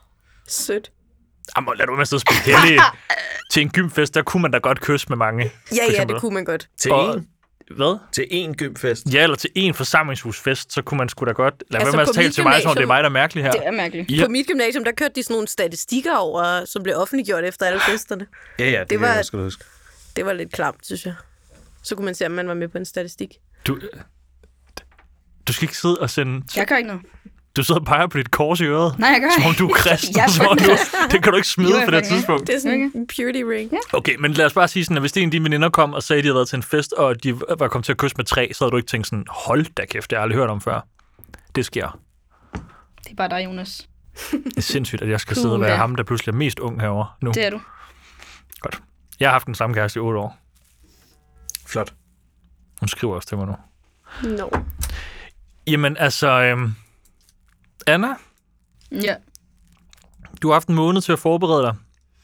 [SPEAKER 5] sødt.
[SPEAKER 4] Jamen, lad du med at sidde og spille heldig. Til en gymfest, der kunne man da godt kysse med mange.
[SPEAKER 5] Ja,
[SPEAKER 4] for
[SPEAKER 5] ja,
[SPEAKER 4] eksempel.
[SPEAKER 5] det kunne man godt.
[SPEAKER 3] Til
[SPEAKER 4] Og-
[SPEAKER 3] én,
[SPEAKER 4] Hvad?
[SPEAKER 3] til én gymfest.
[SPEAKER 4] Ja, eller til en forsamlingshusfest, så kunne man sgu da godt... Lad
[SPEAKER 5] Altså,
[SPEAKER 4] være med
[SPEAKER 5] på
[SPEAKER 4] at tale
[SPEAKER 5] mit
[SPEAKER 4] til mig, som om det er
[SPEAKER 5] gymnasium-
[SPEAKER 4] mig, der er mærkelig her.
[SPEAKER 2] Det er mærkeligt.
[SPEAKER 4] Ja.
[SPEAKER 5] På mit gymnasium, der kørte de sådan nogle statistikker over, som blev offentliggjort efter alle festerne.
[SPEAKER 3] Ja, ja, det, det
[SPEAKER 5] var-
[SPEAKER 3] var... jeg skal huske.
[SPEAKER 5] Det var lidt klamt, synes jeg. Så kunne man se, om man var med på en statistik.
[SPEAKER 4] Du, du skal ikke sidde og sende...
[SPEAKER 2] Jeg gør ikke noget.
[SPEAKER 4] Du sidder og peger på dit kors i øret.
[SPEAKER 2] Nej, jeg gør
[SPEAKER 4] Som om
[SPEAKER 2] ikke.
[SPEAKER 4] du er kristen.
[SPEAKER 2] Jeg er
[SPEAKER 4] som om du, det kan du ikke
[SPEAKER 2] Jo,
[SPEAKER 4] smide
[SPEAKER 2] jeg
[SPEAKER 4] på det
[SPEAKER 2] fucking er.
[SPEAKER 4] tidspunkt.
[SPEAKER 5] Det er sådan en purity ring. Ja.
[SPEAKER 4] Okay, men lad os bare sige sådan, at hvis det er en af dine veninder kom og sagde, at de havde været til en fest, og de var kommet til at kysse med tre, så havde du ikke tænkt sådan, hold da kæft, det har jeg aldrig hørt om før. Det sker.
[SPEAKER 2] Det er bare dig, Jonas.
[SPEAKER 4] Det er sindssygt, at jeg skal sidde og
[SPEAKER 2] Puha.
[SPEAKER 4] være ham, der pludselig er mest ung herover nu.
[SPEAKER 2] Det er du.
[SPEAKER 4] Godt. Jeg har haft den samme kæreste i otte år.
[SPEAKER 3] Flot.
[SPEAKER 4] Hun skriver også til mig nu.
[SPEAKER 5] No.
[SPEAKER 4] Jamen altså, øhm, Anna, Mm.
[SPEAKER 2] Ja.
[SPEAKER 4] Du har haft en måned til at forberede dig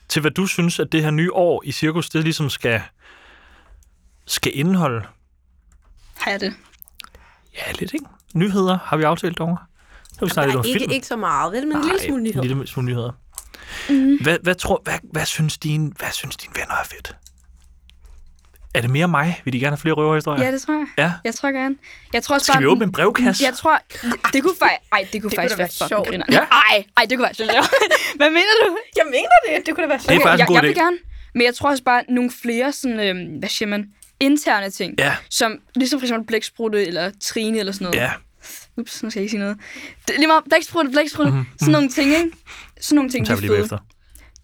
[SPEAKER 4] til, hvad du synes, at det her nye år i cirkus, det ligesom skal, skal indeholde.
[SPEAKER 2] Har jeg det?
[SPEAKER 4] Ja, lidt, ikke? Nyheder har vi aftalt over. Nu har vi snakket lidt om
[SPEAKER 5] ikke,
[SPEAKER 4] film.
[SPEAKER 5] ikke så meget, vel, men en lille smule nyhed.
[SPEAKER 4] En lille smule nyheder.
[SPEAKER 2] Mhm.
[SPEAKER 4] Mm. Hvad, hvad, tror, hvad, hvad, synes dine, hvad synes dine venner er fedt? Er det mere mig? Vil de gerne have flere røverhistorier?
[SPEAKER 2] Ja, det tror jeg.
[SPEAKER 4] ja.
[SPEAKER 2] Jeg tror gerne. Jeg tror også
[SPEAKER 4] Skal
[SPEAKER 2] bare,
[SPEAKER 4] vi åbne en brevkasse?
[SPEAKER 2] Jeg tror, det kunne faktisk... Ej, det kunne faktisk
[SPEAKER 5] Det kunne da
[SPEAKER 2] være,
[SPEAKER 5] være
[SPEAKER 2] fucking
[SPEAKER 5] sjovt.
[SPEAKER 2] griner.
[SPEAKER 4] Ja.
[SPEAKER 2] Ej, ej, det kunne være sjovt. Hvad mener du?
[SPEAKER 5] Jeg mener det. Det kunne da være
[SPEAKER 4] Det er faktisk
[SPEAKER 2] jeg,
[SPEAKER 4] en god
[SPEAKER 2] jeg
[SPEAKER 4] idé.
[SPEAKER 2] vil gerne. Men jeg tror også bare, nogle flere sådan, øhm, hvad siger man, interne ting.
[SPEAKER 4] Ja.
[SPEAKER 2] Som, ligesom for eksempel blæksprutte eller trine eller sådan noget.
[SPEAKER 4] Ja,
[SPEAKER 2] Ups, nu skal jeg ikke sige noget. Det, er lige meget blæksprutte, blæksprutte. Mm-hmm. Sådan nogle ting, ikke? Sådan nogle ting,
[SPEAKER 4] tager vi
[SPEAKER 2] de
[SPEAKER 4] lige
[SPEAKER 2] er
[SPEAKER 4] bagefter.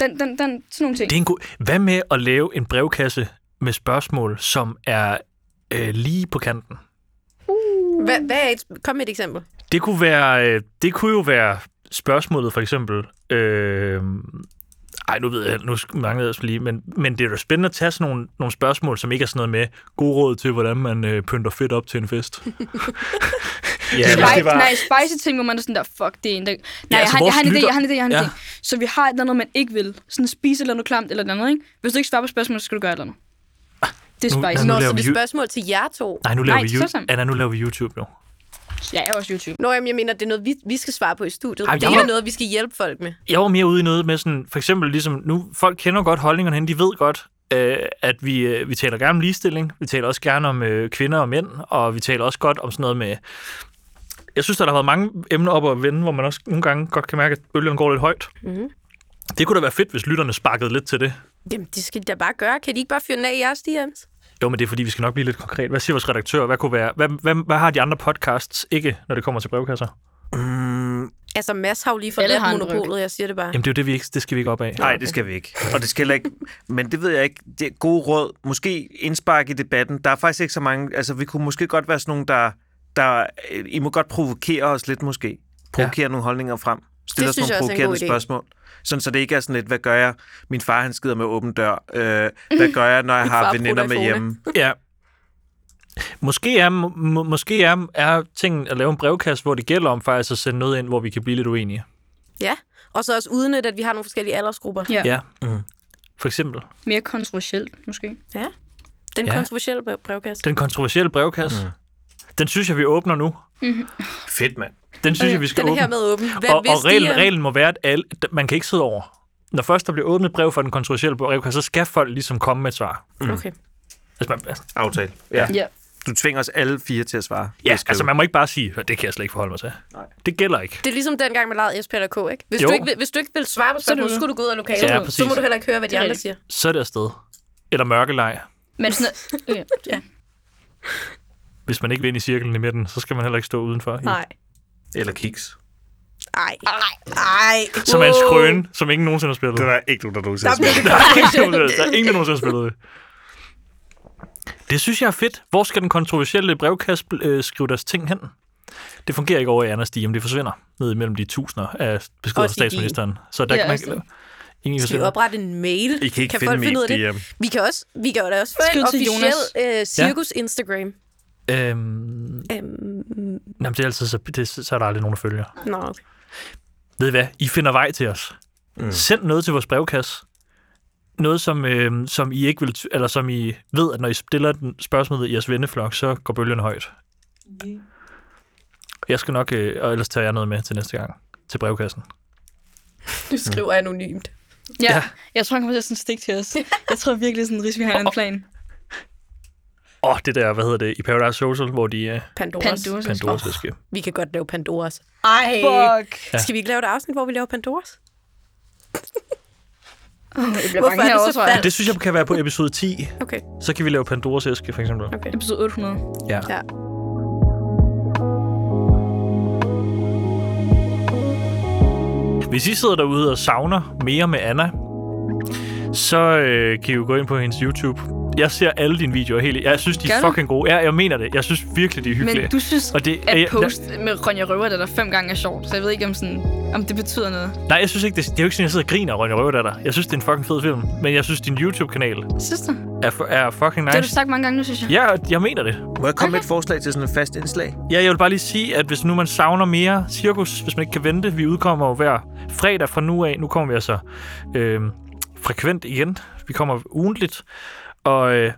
[SPEAKER 2] fede. Den, den, den, sådan nogle ting.
[SPEAKER 4] Det er en god... Hvad med at lave en brevkasse med spørgsmål, som er øh, lige på kanten?
[SPEAKER 5] Hvad, hvad er et, kom med et eksempel.
[SPEAKER 4] Det kunne, være, øh, det kunne jo være spørgsmålet for eksempel. Øh, ej, nu ved jeg, nu sk- manglede jeg så lige, men, men det er da spændende at tage sådan nogle, nogle spørgsmål, som ikke er sådan noget med god råd til, hvordan man øh, pynter fedt op til en fest. ja,
[SPEAKER 2] Ja,
[SPEAKER 4] hvis
[SPEAKER 2] spice,
[SPEAKER 4] det var,
[SPEAKER 2] Nej, spicy ting, hvor man er sådan der, fuck, det er en, der... Nej, ja,
[SPEAKER 4] altså,
[SPEAKER 2] altså, jeg, har, jeg
[SPEAKER 4] vores
[SPEAKER 2] har en idé,
[SPEAKER 4] lytter-
[SPEAKER 2] jeg har en idé, jeg har en
[SPEAKER 4] Ja.
[SPEAKER 2] idé. Så vi har et eller andet, man ikke vil. Sådan spise et eller andet klamt eller et eller andet, ikke? Hvis du ikke svarer på spørgsmålet, så skal du gøre et eller andet. Det Det er
[SPEAKER 4] Ah, Nu-
[SPEAKER 2] spicy.
[SPEAKER 4] nu
[SPEAKER 5] Nå, så
[SPEAKER 4] laver
[SPEAKER 5] det
[SPEAKER 4] vi
[SPEAKER 5] er
[SPEAKER 4] ju-
[SPEAKER 5] spørgsmål til jer to.
[SPEAKER 4] Nej, nu laver
[SPEAKER 2] Nej,
[SPEAKER 4] vi
[SPEAKER 2] så
[SPEAKER 4] YouTube.
[SPEAKER 2] sammen.
[SPEAKER 4] Anna, nu laver vi YouTube nu.
[SPEAKER 2] Ja, jeg er også YouTube.
[SPEAKER 5] Nå, jamen, jeg mener, det er noget, vi, vi skal svare på i studiet.
[SPEAKER 4] Ej,
[SPEAKER 5] Ej,
[SPEAKER 4] jeg
[SPEAKER 5] det
[SPEAKER 4] må-
[SPEAKER 5] er noget, vi skal hjælpe folk med.
[SPEAKER 4] Jeg var mere ude i noget med sådan, for eksempel ligesom, nu folk kender godt holdningerne hen, de ved godt, øh, at vi, øh, vi taler gerne om ligestilling, vi taler også gerne om øh, kvinder og mænd, og vi taler også godt om sådan noget med, jeg synes, der har været mange emner op at vende, hvor man også nogle gange godt kan mærke, at bølgerne går lidt højt. Mm-hmm. Det kunne da være fedt, hvis lytterne sparkede lidt til det.
[SPEAKER 5] Jamen, det skal de da bare gøre. Kan de ikke bare fyre den af i jeres DM's?
[SPEAKER 4] Jo, men det er fordi, vi skal nok blive lidt konkret. Hvad siger vores redaktør? Hvad, kunne være, hvad, hvad, hvad har de andre podcasts ikke, når det kommer til brevkasser?
[SPEAKER 5] Altså, Mads har jo lige forladt
[SPEAKER 2] Alle har en ryg.
[SPEAKER 5] monopolet, jeg siger det bare.
[SPEAKER 4] Jamen, det er jo det, vi ikke, det skal vi ikke op af.
[SPEAKER 3] Nej, det skal vi ikke. Og det skal heller ikke. Men det ved jeg ikke. Det er gode råd. Måske indspark i debatten. Der er faktisk ikke så mange. Altså, vi kunne måske godt være sådan nogle, der... der øh, I må godt provokere os lidt, måske. Provokere ja. nogle holdninger frem. Stille
[SPEAKER 5] Det
[SPEAKER 3] os
[SPEAKER 5] synes
[SPEAKER 3] nogle
[SPEAKER 5] jeg også er en god
[SPEAKER 3] provokerende
[SPEAKER 5] idé.
[SPEAKER 3] spørgsmål. Sådan, så det ikke er sådan lidt, hvad gør jeg? Min far, han skider med åben dør. Øh, hvad gør jeg, når jeg har
[SPEAKER 5] far prutter
[SPEAKER 3] veninder
[SPEAKER 5] i
[SPEAKER 3] med
[SPEAKER 5] Fone.
[SPEAKER 3] hjemme?
[SPEAKER 4] Ja. Måske er, må, måske er, er tingen at lave en brevkasse, hvor det gælder om faktisk at sende noget ind, hvor vi kan blive lidt uenige.
[SPEAKER 5] Ja, og så også udnytte, at vi har nogle forskellige aldersgrupper.
[SPEAKER 2] Ja. ja.
[SPEAKER 4] Mm. For eksempel
[SPEAKER 2] Mere kontroversielt, måske.
[SPEAKER 5] ja. Den
[SPEAKER 4] Ja.
[SPEAKER 5] ja. kontroversielle brev- brevkasse.
[SPEAKER 4] den kontroversielle brevkasse. Mm. Den synes jeg, vi åbner nu.
[SPEAKER 3] Fedt, mand.
[SPEAKER 4] Den synes jeg, vi skal
[SPEAKER 5] Øh, Den er
[SPEAKER 4] åbne.
[SPEAKER 5] hermed åben. Hvad,
[SPEAKER 4] og,
[SPEAKER 5] hvis
[SPEAKER 4] og reglen,
[SPEAKER 5] de, øhm,
[SPEAKER 4] reglen må være, at alle, d- man kan ikke sidde over. Når først der bliver åbnet brev for den kontroversielle brevkasse, så skal folk ligesom komme med et svar.
[SPEAKER 5] Okay.
[SPEAKER 4] Altså, man, altså,
[SPEAKER 3] Aftale. Ja.
[SPEAKER 2] Ja.
[SPEAKER 3] Du tvinger os alle fire til at svare.
[SPEAKER 4] ja,
[SPEAKER 3] Ved at skrive.
[SPEAKER 4] altså man må ikke bare sige, "Hør, det kan jeg slet ikke forholde mig til. Nej. Det gælder ikke.
[SPEAKER 5] Det er ligesom dengang med lejet Jesper eller K, ikke? Hvis,
[SPEAKER 4] Jo.
[SPEAKER 5] du ikke, vil- hvis du ikke vil svare på spørgsmålet, så
[SPEAKER 2] det.
[SPEAKER 5] skulle du gå ud af lokalet.
[SPEAKER 4] Ja,
[SPEAKER 5] så må
[SPEAKER 4] præcis.
[SPEAKER 5] du heller ikke høre, hvad de
[SPEAKER 2] er
[SPEAKER 5] andre
[SPEAKER 2] rigtigt.
[SPEAKER 5] siger.
[SPEAKER 4] Så er det afsted. Eller mørkeleg.
[SPEAKER 2] Men sådan noget, ja.
[SPEAKER 4] Hvis man ikke vil ind i cirklen i midten, så skal man heller ikke stå udenfor. i
[SPEAKER 5] Nej.
[SPEAKER 3] Eller kiks.
[SPEAKER 5] Ej. Ej.
[SPEAKER 4] Som er en
[SPEAKER 5] Wow.
[SPEAKER 4] skrøne, som ingen nogensinde har spillet.
[SPEAKER 3] Det var ikke nogen, der nogensinde
[SPEAKER 5] Der
[SPEAKER 3] har
[SPEAKER 5] blev det
[SPEAKER 4] Der er ingen, der- der er ingen, der nogensinde har spillet det. Det synes jeg er fedt. Hvor skal den kontroversielle brevkasse øh, skrive deres ting hen? Det fungerer ikke over i Anders Diem. Det forsvinder ned imellem de tusinder af beskeder
[SPEAKER 5] Og
[SPEAKER 4] fra
[SPEAKER 5] de- de-
[SPEAKER 4] statsministeren. Så der
[SPEAKER 2] Ja,
[SPEAKER 4] kan man
[SPEAKER 2] altså.
[SPEAKER 4] ikke... Ingen
[SPEAKER 5] Skal vi
[SPEAKER 4] forsvinder.
[SPEAKER 5] oprette en mail?
[SPEAKER 3] I kan ikke finde
[SPEAKER 5] folk
[SPEAKER 3] min
[SPEAKER 5] finde ud af
[SPEAKER 3] DM.
[SPEAKER 5] det? Vi kan også, vi kan jo da også få
[SPEAKER 2] Skriv
[SPEAKER 5] en
[SPEAKER 2] til
[SPEAKER 5] officiel
[SPEAKER 2] Jonas.
[SPEAKER 5] øh, cirkus Instagram.
[SPEAKER 4] Øhm,
[SPEAKER 5] Øhm,
[SPEAKER 4] jamen, det er altid, så, det, så er der aldrig nogen, der følger.
[SPEAKER 5] nå, okay.
[SPEAKER 4] Ved I hvad? I finder vej til os. Mm. Send noget til vores brevkasse. Noget, som, øh, som I ikke vil, t- eller som I ved, at når I stiller den spørgsmål i jeres venneflok, så går bølgen højt. Jeg skal nok, øh, og ellers tager jeg noget med til næste gang til brevkassen.
[SPEAKER 5] Du skriver anonymt.
[SPEAKER 2] ja.
[SPEAKER 4] Ja.
[SPEAKER 2] ja. Jeg tror, han kommer til at sådan stikke til os. Jeg tror virkelig, sådan, at vi har en plan.
[SPEAKER 4] Åh, oh, det der, hvad hedder det, i Paradise Social, hvor de er øh,
[SPEAKER 5] Pandoras.
[SPEAKER 2] Pandoras.
[SPEAKER 4] Pandoras æske.
[SPEAKER 5] Vi kan godt lave Pandoras. Ej.
[SPEAKER 2] Fuck.
[SPEAKER 4] Ja.
[SPEAKER 5] Ja. Skal vi ikke lave et afsnit, hvor vi laver Pandoras?
[SPEAKER 2] Oh, jeg bliver
[SPEAKER 5] Hvorfor
[SPEAKER 2] bange
[SPEAKER 5] er det
[SPEAKER 2] herovre,
[SPEAKER 5] så
[SPEAKER 2] tror jeg.
[SPEAKER 4] Det synes jeg kan være på episode 10.
[SPEAKER 5] Okay.
[SPEAKER 4] Så kan vi lave Pandoras æske, for eksempel.
[SPEAKER 5] okay.
[SPEAKER 2] Episode 800.
[SPEAKER 4] Ja.
[SPEAKER 5] Ja.
[SPEAKER 4] Hvis I sidder derude og savner mere med Anna, så øh, kan I jo gå ind på hendes YouTube. Jeg ser alle dine videoer helt. Jeg synes, de
[SPEAKER 2] Gør
[SPEAKER 4] er
[SPEAKER 2] du?
[SPEAKER 4] fucking gode. Ja, jeg mener det. Jeg synes virkelig, de er hyggelige.
[SPEAKER 2] Men du synes,
[SPEAKER 4] Og
[SPEAKER 2] og
[SPEAKER 4] det-
[SPEAKER 2] det, at
[SPEAKER 4] jeg-
[SPEAKER 2] post med Ronja Røver, der er fem gange er sjovt. Så jeg ved ikke, om, sådan, om det betyder noget.
[SPEAKER 4] Nej, jeg synes ikke, det, det er jo ikke sådan, jeg sidder og griner, Ronja Røvdatter. Jeg synes, det er en fucking fed film. Men jeg synes, din YouTube-kanal
[SPEAKER 2] Synes du?
[SPEAKER 4] er, fu- er fucking
[SPEAKER 2] Det har du
[SPEAKER 4] nice.
[SPEAKER 2] sagt mange gange nu, synes jeg.
[SPEAKER 4] Ja, og jeg mener det.
[SPEAKER 3] Må jeg komme med et forslag til sådan et fast indslag?
[SPEAKER 4] Ja, jeg vil bare lige sige, at hvis nu man savner mere cirkus, hvis man ikke kan vente, vi udkommer jo hver fredag fra nu af. Nu kommer vi altså øh, frekvent igen. Vi kommer ugentligt, og øh,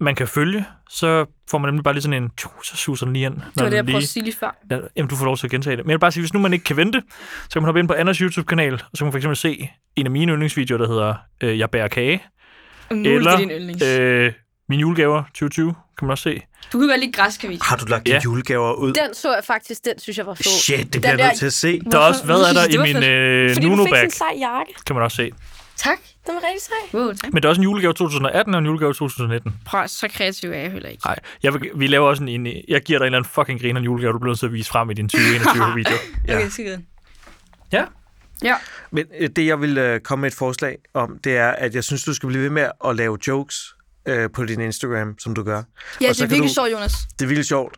[SPEAKER 4] man kan følge, så får man nemlig bare lige sådan en, tju, så suser den lige ind.
[SPEAKER 2] Det var det, jeg
[SPEAKER 4] lige,
[SPEAKER 2] prøvede at sige lige før.
[SPEAKER 4] ja, jamen, du får lov til at gentage det. Men jeg vil bare sige, hvis nu man ikke kan vente, så kan man hoppe ind på Anders YouTube-kanal, og så kan man for eksempel se en af mine yndlingsvideoer, der hedder øh, Jeg bærer kage,
[SPEAKER 2] Om nu er
[SPEAKER 4] eller
[SPEAKER 2] det din yndlings. Øh,
[SPEAKER 4] øh, Mine julegaver 2020, kan man også se.
[SPEAKER 2] du kan godt lide græskavis.
[SPEAKER 3] Har du lagt
[SPEAKER 4] Ja.
[SPEAKER 3] ja. julegaver ud?
[SPEAKER 5] Den så jeg faktisk, den synes jeg var fed.
[SPEAKER 3] Shit, det bliver jeg
[SPEAKER 5] der-
[SPEAKER 3] nødt til at se.
[SPEAKER 4] Der er
[SPEAKER 2] Hvorfor?
[SPEAKER 4] også, hvad
[SPEAKER 2] Jeg
[SPEAKER 4] er
[SPEAKER 2] synes, det
[SPEAKER 4] der i
[SPEAKER 2] var
[SPEAKER 4] min
[SPEAKER 2] fedt.
[SPEAKER 4] øh,
[SPEAKER 5] Fordi du fik
[SPEAKER 4] Nuno-bag,
[SPEAKER 5] sådan en sej jakke.
[SPEAKER 4] kan man også se.
[SPEAKER 2] Tak.
[SPEAKER 5] Den var rigtig sej.
[SPEAKER 2] Wow, tak.
[SPEAKER 4] Men der er også en julegave 2018 og en julegave 2019.
[SPEAKER 2] Prøv, at- så kreativ er jeg heller ikke.
[SPEAKER 4] Nej, jeg vil, vi laver også en, en... Jeg giver dig en eller anden fucking griner julegave, du bliver nødt til at vise frem i din 2021-video.
[SPEAKER 2] Ja. Okay, skide.
[SPEAKER 4] Ja.
[SPEAKER 2] Ja.
[SPEAKER 3] Men øh, det, jeg vil øh, komme med et forslag om, det er, at jeg synes, du skal blive ved med at lave jokes øh, på din Instagram, som du gør.
[SPEAKER 2] Ja,
[SPEAKER 3] Og
[SPEAKER 2] det
[SPEAKER 3] så
[SPEAKER 2] er
[SPEAKER 3] kan
[SPEAKER 2] virkelig
[SPEAKER 3] du,
[SPEAKER 2] sjovt, Jonas.
[SPEAKER 3] Det er virkelig sjovt.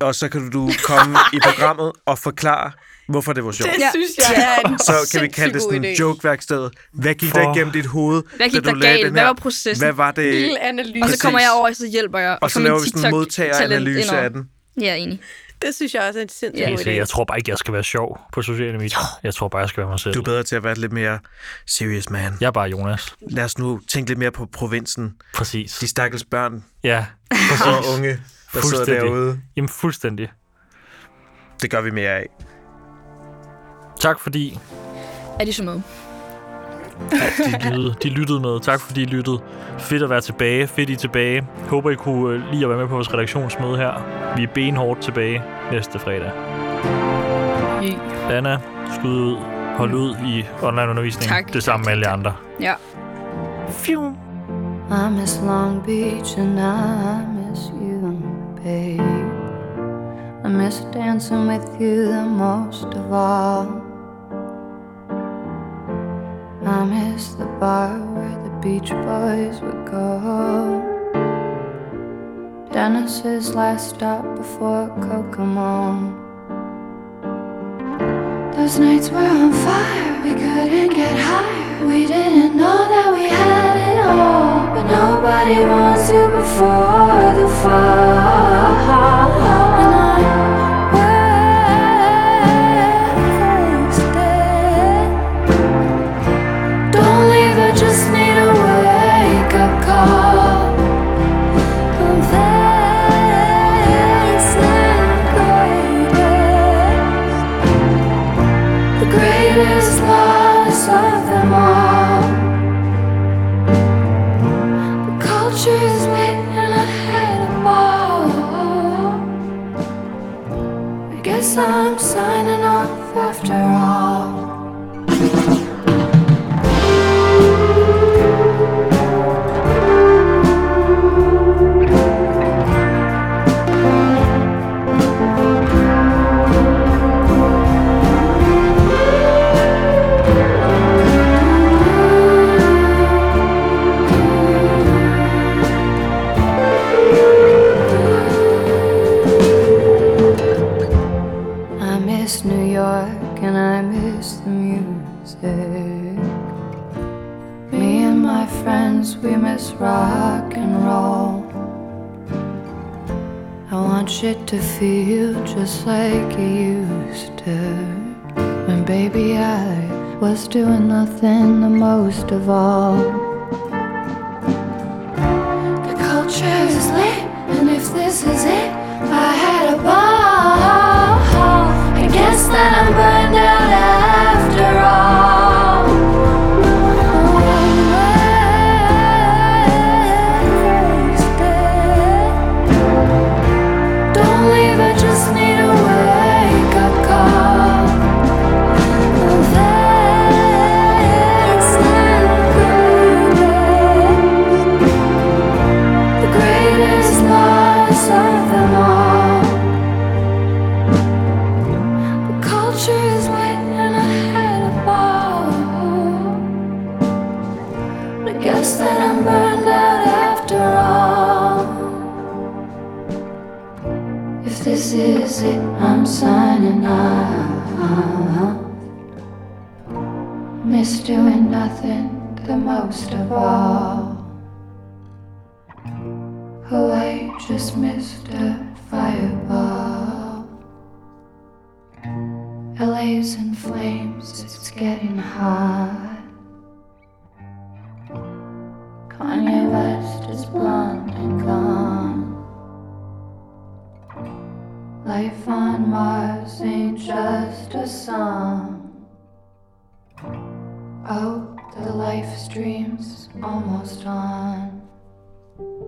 [SPEAKER 3] Og så kan du komme i programmet og forklare, hvorfor det var sjovt.
[SPEAKER 5] Det
[SPEAKER 2] Ja.
[SPEAKER 5] synes jeg er en
[SPEAKER 3] Så kan vi kalde det
[SPEAKER 5] sindssygt
[SPEAKER 3] sådan
[SPEAKER 5] god
[SPEAKER 3] en
[SPEAKER 5] idé.
[SPEAKER 3] jokeværksted. Hvad gik der
[SPEAKER 4] For-
[SPEAKER 3] igennem dit hoved,
[SPEAKER 2] Hvad gik
[SPEAKER 3] da du
[SPEAKER 2] der
[SPEAKER 3] lagde
[SPEAKER 2] galt?
[SPEAKER 3] den
[SPEAKER 2] Hvad
[SPEAKER 3] her?
[SPEAKER 2] var processen?
[SPEAKER 3] Hvad var det?
[SPEAKER 5] Lille analyse.
[SPEAKER 2] Og så
[SPEAKER 3] Præcis.
[SPEAKER 2] kommer jeg over, og så hjælper jeg.
[SPEAKER 3] Og så
[SPEAKER 2] kommer
[SPEAKER 3] laver
[SPEAKER 2] en
[SPEAKER 3] vi sådan en
[SPEAKER 2] TikTok-talent
[SPEAKER 3] modtageranalyse
[SPEAKER 2] indover.
[SPEAKER 3] af den.
[SPEAKER 2] Ja, enig.
[SPEAKER 5] Det synes jeg også er en sindssygt
[SPEAKER 2] Ja.
[SPEAKER 5] god idé.
[SPEAKER 4] Jeg tror bare ikke, jeg skal være sjov på sociale medier. Jeg tror bare, jeg skal være mig selv.
[SPEAKER 3] Du er bedre til at være lidt mere serious, man.
[SPEAKER 4] Jeg er bare Jonas.
[SPEAKER 3] Lad os nu tænke lidt mere på provinsen.
[SPEAKER 4] Præcis.
[SPEAKER 3] De stakkels børn
[SPEAKER 4] Ja,
[SPEAKER 3] og
[SPEAKER 4] præcis.
[SPEAKER 3] unge, der sidder
[SPEAKER 4] Fuldstændig.
[SPEAKER 3] derude.
[SPEAKER 4] Jamen fuldstændig.
[SPEAKER 3] Det gør vi mere af.
[SPEAKER 4] Tak fordi
[SPEAKER 2] Er de så med?
[SPEAKER 4] de, lyttede, de lyttede med. Tak fordi I lyttede. Fedt at være tilbage. Fedt I er tilbage. Håber I kunne øh, lide at være med på vores redaktionsmøde her. Vi er benhårdt tilbage næste fredag. Anna, skud ud. Hold ud i onlineundervisning.
[SPEAKER 2] Tak.
[SPEAKER 4] Det samme med alle jer andre.
[SPEAKER 2] Ja.
[SPEAKER 6] I miss Long Beach and I miss you, babe. I miss dancing with you the most of all. I miss the bar where the beach boys would go. Dennis's last stop before Kokomo. Those nights were on fire, we couldn't get higher. We didn't know that we had it all, but nobody wants you before the fall. And I wasted. Don't leave, I just need a wake up call. I'm facing greatest- the greatest loss of them all. The culture's lit and I had a ball. I guess I'm signing off after all. I miss New York and I miss the music. Me and my friends, we miss rock and roll. I want you to feel just like you used to. When baby I was doing nothing the most of all. The culture is lit, and if this is it, I had a ball. I guess that I'm burned out after all. Wasted. Don't leave, I just need a wake up call. That's the greatest the greatest loss of them all. The culture is lit and I had a ball. But I guess that I'm burned out after all. If this is it, I'm signing off. Miss doing nothing the most of all. Oh, I just missed a fireball. LA's in flames, it's getting hot. Kanye West is blonde and gone. Life on Mars ain't just a song. Oh, the life stream's almost on.